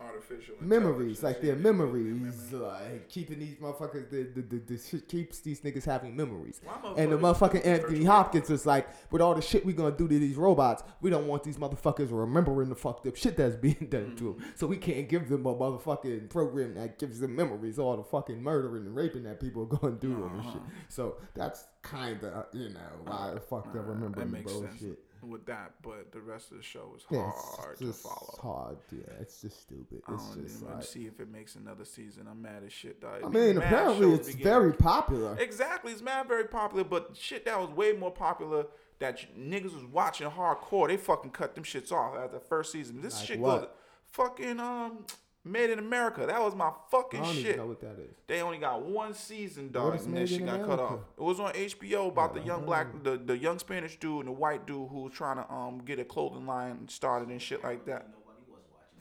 B: Artificial
E: memories,
B: intelligence,
E: like
B: yeah.
E: their memories, like keeping these motherfuckers. The the, the, the shit keeps these niggas having memories. And the motherfucking Anthony Hopkins is like, with all the shit we gonna do to these robots, we don't want these motherfuckers remembering the fucked up shit that's being done to
B: Mm-hmm.
E: them. So we can't give them a motherfucking program that gives them memories, of all the fucking murdering and raping that people are gonna do to them
B: Uh-huh.
E: and shit. So that's kind of you know why the fuck they're remembering
B: Uh, That makes
E: bullshit.
B: sense with that, but the rest of the show is
E: Yeah,
B: hard
E: it's
B: to
E: just
B: follow.
E: hard. Yeah, it's just stupid.
B: I
E: It's
B: don't
E: just
B: even
E: like.
B: see if it makes another season. I'm mad as shit. dog.
E: I
B: These
E: mean,
B: mad
E: apparently
B: shows
E: it's
B: be getting-
E: very popular.
B: Exactly, it's mad very popular, but shit that was way more popular that you- niggas was watching hardcore. They fucking cut them shits off after the first season. This
E: Like
B: shit
E: what?
B: goes fucking um Made in America. That was my fucking
E: I don't
B: shit.
E: even know what that is.
B: They only got one season,
E: What
B: dog,
E: is
B: and
E: Made
B: that shit
E: in
B: got cut
E: America?
B: off. It was on HBO about the young black, the, the young Spanish dude and the white dude who was trying to um get a clothing line started and shit like that.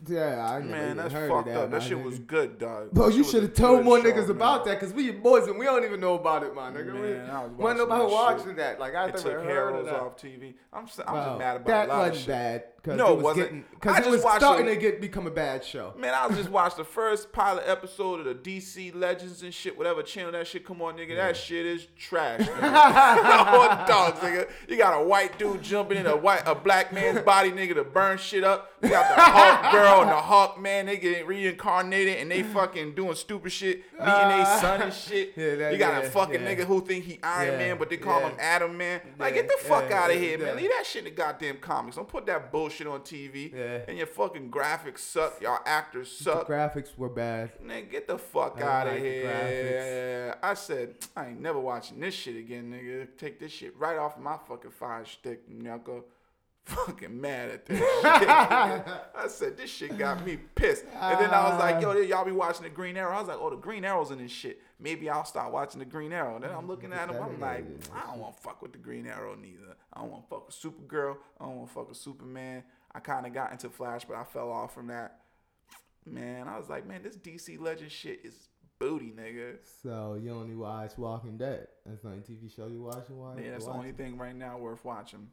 E: Yeah, I never
B: Man,
E: even
B: that's
E: heard
B: fucked
E: of that.
B: up. That
E: my
B: shit
E: nigga.
B: was good, dog.
E: Bro,
B: That
E: you
B: shit was
E: should
B: a
E: have told
B: good
E: more
B: show,
E: niggas about
B: man.
E: that because we your boys and we don't even know about it, my nigga. we
B: Man, I was
E: wasn't
B: watching
E: nobody
B: that
E: watching
B: shit.
E: that. Like, I
B: it
E: never
B: took
E: heard of
B: heroes
E: that.
B: off TV. I'm just, I'm
E: Bro,
B: just mad about
E: that
B: a lot
E: wasn't
B: of shit.
E: bad. Cause
B: No,
E: it
B: it
E: was
B: wasn't.
E: Getting,
B: I
E: Cause it
B: just
E: was
B: watched
E: starting to
B: it.
E: get become a bad show.
B: Man, I just watched the first pilot episode of the DC Legends and shit, whatever channel that shit come on, nigga. That shit is trash. nigga. All dogs, nigga. You got a white dude jumping in a white, a black man's body, nigga, to burn shit up. You got the Hawk girl and the Hawk man. They getting reincarnated and they fucking doing stupid shit, meeting they
E: Uh,
B: son and shit.
E: yeah, that-
B: you got
E: yeah,
B: a fucking
E: yeah.
B: nigga who think he Iron
E: Yeah,
B: Man, but they call
E: yeah.
B: him Adam Man. Like,
E: Yeah,
B: get the fuck
E: yeah,
B: out of
E: yeah,
B: here, man.
E: yeah.
B: Leave that shit in goddamn comics. Don't put that bullshit on TV.
E: Yeah.
B: And your fucking graphics suck. Y'all actors suck.
E: Graphics were bad.
B: Nigga, get the fuck
E: I don't
B: out of
E: like the
B: here. I said, I ain't never watching this shit again, nigga. Take this shit right off my fucking fire stick, Nyako. Fucking mad at this shit. nigga. I said, this shit got me pissed. And then I was like, yo, y'all be watching the Green Arrow. I was like, oh, the Green Arrow's in this shit. Maybe I'll start watching the Green Arrow. And then I'm looking at him. I'm like, I don't want to fuck with the Green Arrow neither. I don't want to fuck with Supergirl. I don't want to fuck with Superman. I kind of got into Flash, but I fell off from that man, I was like, man, this DC legend shit is booty, nigga.
E: So you only watch Walking Dead. That's the only TV show you watch. You watch.
B: Yeah, that's the
E: watch.
B: only thing right now worth watching.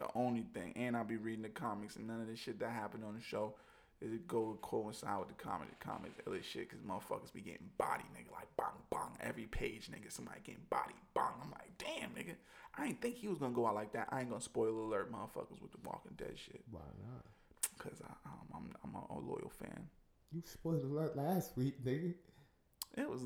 B: The only thing, and I'll be reading the comics, and none of the shit that happened on the show is it go coincide with the comic. The comics, other shit, cause motherfuckers be getting body, nigga, like bong bong every page, nigga. Somebody getting body, bong. I'm like, damn, nigga, I didn't think he was gonna go out like that. I ain't gonna spoil alert, motherfuckers, with the Walking Dead shit,
E: Why not?
B: cause I, I'm I'm, I'm a, a loyal fan.
E: You spoiled alert last week, nigga.
B: It was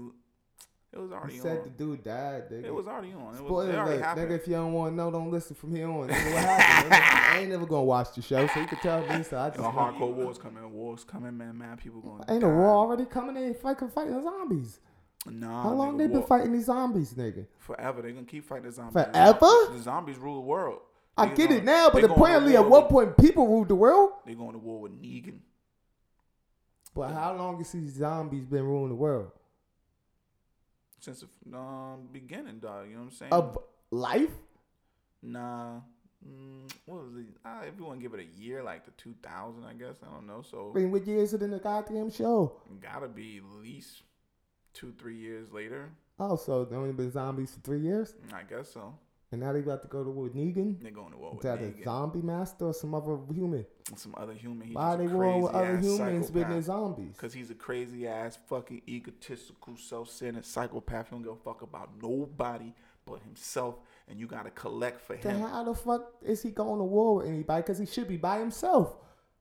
B: it was already
E: You
B: on.
E: said the dude died, nigga.
B: it was already on. It, was,
E: Spoiler
B: it already
E: alert,
B: happened.
E: nigga. If you don't want to know, don't listen from here on. Nigga, what happened? nigga? I ain't never gonna watch the show, so you can tell me. So I just
B: The hardcore war's coming. War's coming, man. Man, people going.
E: ain't a war already coming in fucking fighting zombies.
B: Nah.
E: How long
B: nigga,
E: they been
B: war-
E: fighting these zombies, nigga?
B: Forever. They gonna keep fighting the zombies.
E: Forever?
B: The zombies rule the world.
E: I
B: They
E: get
B: going-
E: it now, but
B: they going to
E: apparently at
B: war
E: one
B: with-
E: point people ruled the world.
B: they going to war with Negan.
E: But how long has these zombies been ruling the world?
B: Since the um, beginning, dog, you know what I'm saying?
E: Of life?
B: nah, mm, what was it? Uh, if you want to give it a year, like the 2000, I guess I don't know. So
E: I mean, what year is it in the goddamn show?
B: gotta be at least two, three years later.
E: Oh, so they only been zombies for three years,
B: I guess so.
E: and now they about to go to war with Negan.
B: They going to war
E: Is
B: with
E: that
B: Negan.
E: a zombie master or some other human?
B: Some other human. He's
E: Why
B: just
E: they
B: a
E: war with other
B: crazy-ass
E: humans with
B: psychopath.
E: their zombies?
B: Cause he's a crazy ass, fucking egotistical, self-centered psychopath. He don't give a fuck about nobody but himself, and you gotta collect for
E: Then
B: him.
E: how the fuck is he going to war with anybody? Because he should be by himself.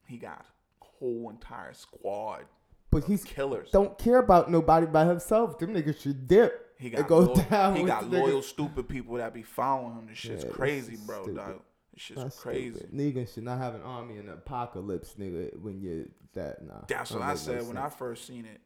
B: He got a whole entire squad.
E: But he's
B: killers.
E: Don't care about nobody by himself. Them niggas should dip.
B: He
E: and
B: got
E: go
B: loyal,
E: down.
B: He
E: with
B: got
E: the niggas.
B: loyal, stupid people that be following him. This shit's
E: Yeah, this
B: crazy,
E: is
B: bro.
E: stupid.
B: Dog. This shit's
E: That's
B: crazy.
E: stupid. Niggas should not have an army in the apocalypse, nigga. When you that nah.
B: That's
E: Don't
B: what I
E: make no
B: said when I
E: sense.
B: first seen it.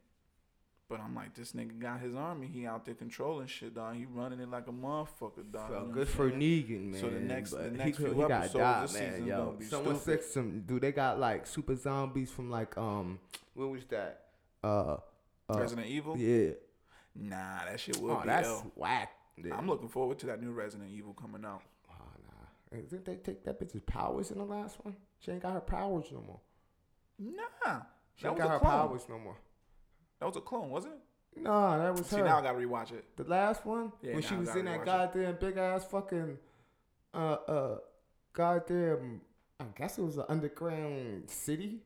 B: But I'm like, this nigga got his army. He out there controlling shit, dog. He running it like a motherfucker, dog. You know
E: So
B: what
E: good
B: I'm
E: for
B: saying?
E: Negan, man.
B: So the next- the
E: but
B: next
E: he, could-
B: few
E: he got
B: episodes
E: died,
B: this
E: man.
B: season
E: Yo,
B: gonna be
E: someone
B: stupid.
E: fix some. Do they got like super zombies from like um? What was that? Uh, uh
B: Resident Evil.
E: yeah.
B: Nah, that shit would
E: Oh,
B: be
E: that's
B: ill.
E: whack. nigga.
B: I'm looking forward to that new Resident Evil coming out.
E: Oh, nah. Hey, Didn't they take that bitch's powers in the last one? She ain't got her powers no more.
B: Nah,
E: She
B: that
E: ain't
B: was
E: got
B: a
E: her
B: clone.
E: powers no more.
B: That was a clone, wasn't it?
E: Nah, that was
B: See,
E: her.
B: now I gotta rewatch it.
E: the last one
B: Yeah,
E: when
B: nah,
E: she
B: I
E: was
B: gotta
E: in that
B: rewatch
E: goddamn big ass fucking uh uh goddamn. I guess it was an underground city.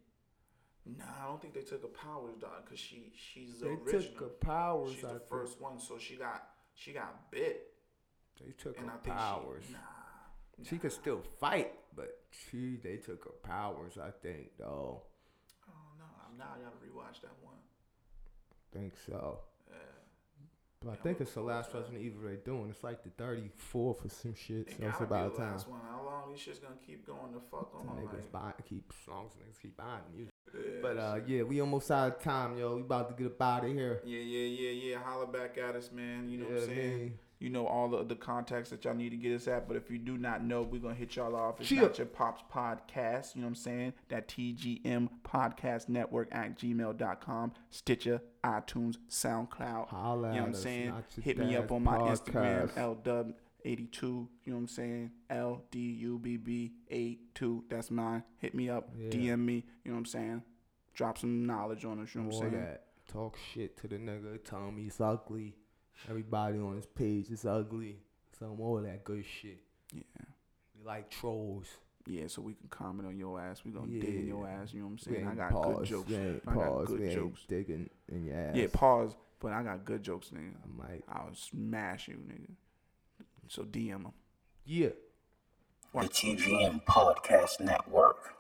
B: Nah, I don't think they took her powers, dog, cause she she's the
E: They
B: original.
E: took her powers.
B: She's
E: I
B: the
E: think.
B: first one, so she got she got bit,
E: They took
B: and I
E: her
B: think
E: powers.
B: she nah.
E: She could still fight, but she they took her powers. I think though.
B: I don't know. I'm now I gotta rewatch that one.
E: Think so. But I think it's the last Resident Evil they're doing. It's like the 34th or some shit.
B: It
E: So it's
B: gotta be
E: about
B: the
E: time.
B: last one. How long these shit's gonna keep going the fuck
E: The
B: on?
E: niggas
B: Like,
E: buy, keep songs. Niggas keep buying music. But uh, yeah, we almost out of time, yo. We about to get up out of here.
B: yeah, yeah, yeah, yeah. Holler back at us, man. You know
E: Yeah,
B: what I'm saying?
E: man.
B: You know all the, the contacts that y'all need to get us at. But if you do not know, we're gonna hit y'all off. It's
E: Chill.
B: not your pops podcast. You know what I'm saying? That TGM podcast network at gmail.com, Stitcher, iTunes, SoundCloud.
E: Holla
B: you know
E: at
B: what I'm
E: us,
B: saying?
E: Not Your
B: Hit me
E: Dad's
B: up on my Instagram,
E: Podcast.
B: LW. 82, you know what I'm saying? L D U B B 82, that's mine. Hit me up,
E: Yeah.
B: DM me, you know what I'm saying? Drop some knowledge on us, you know what
E: All
B: I'm saying?
E: that. Talk shit to the nigga. Tell me it's ugly. Everybody on his page is ugly. Some all that good shit.
B: Yeah.
E: We like trolls.
B: Yeah, so we can comment on your ass. We gonna dig in your
E: Yeah.
B: ass. You know what I'm
E: We
B: saying? I
E: ain't
B: got good
E: pause.
B: jokes.
E: We ain't
B: I got
E: pause. We
B: good
E: ain't
B: jokes.
E: digging in your ass.
B: Yeah, pause. But I got good jokes, nigga.
E: I'm like,
B: I'll smash you, nigga. So DM them.
E: yeah.
C: The TGM Podcast Network.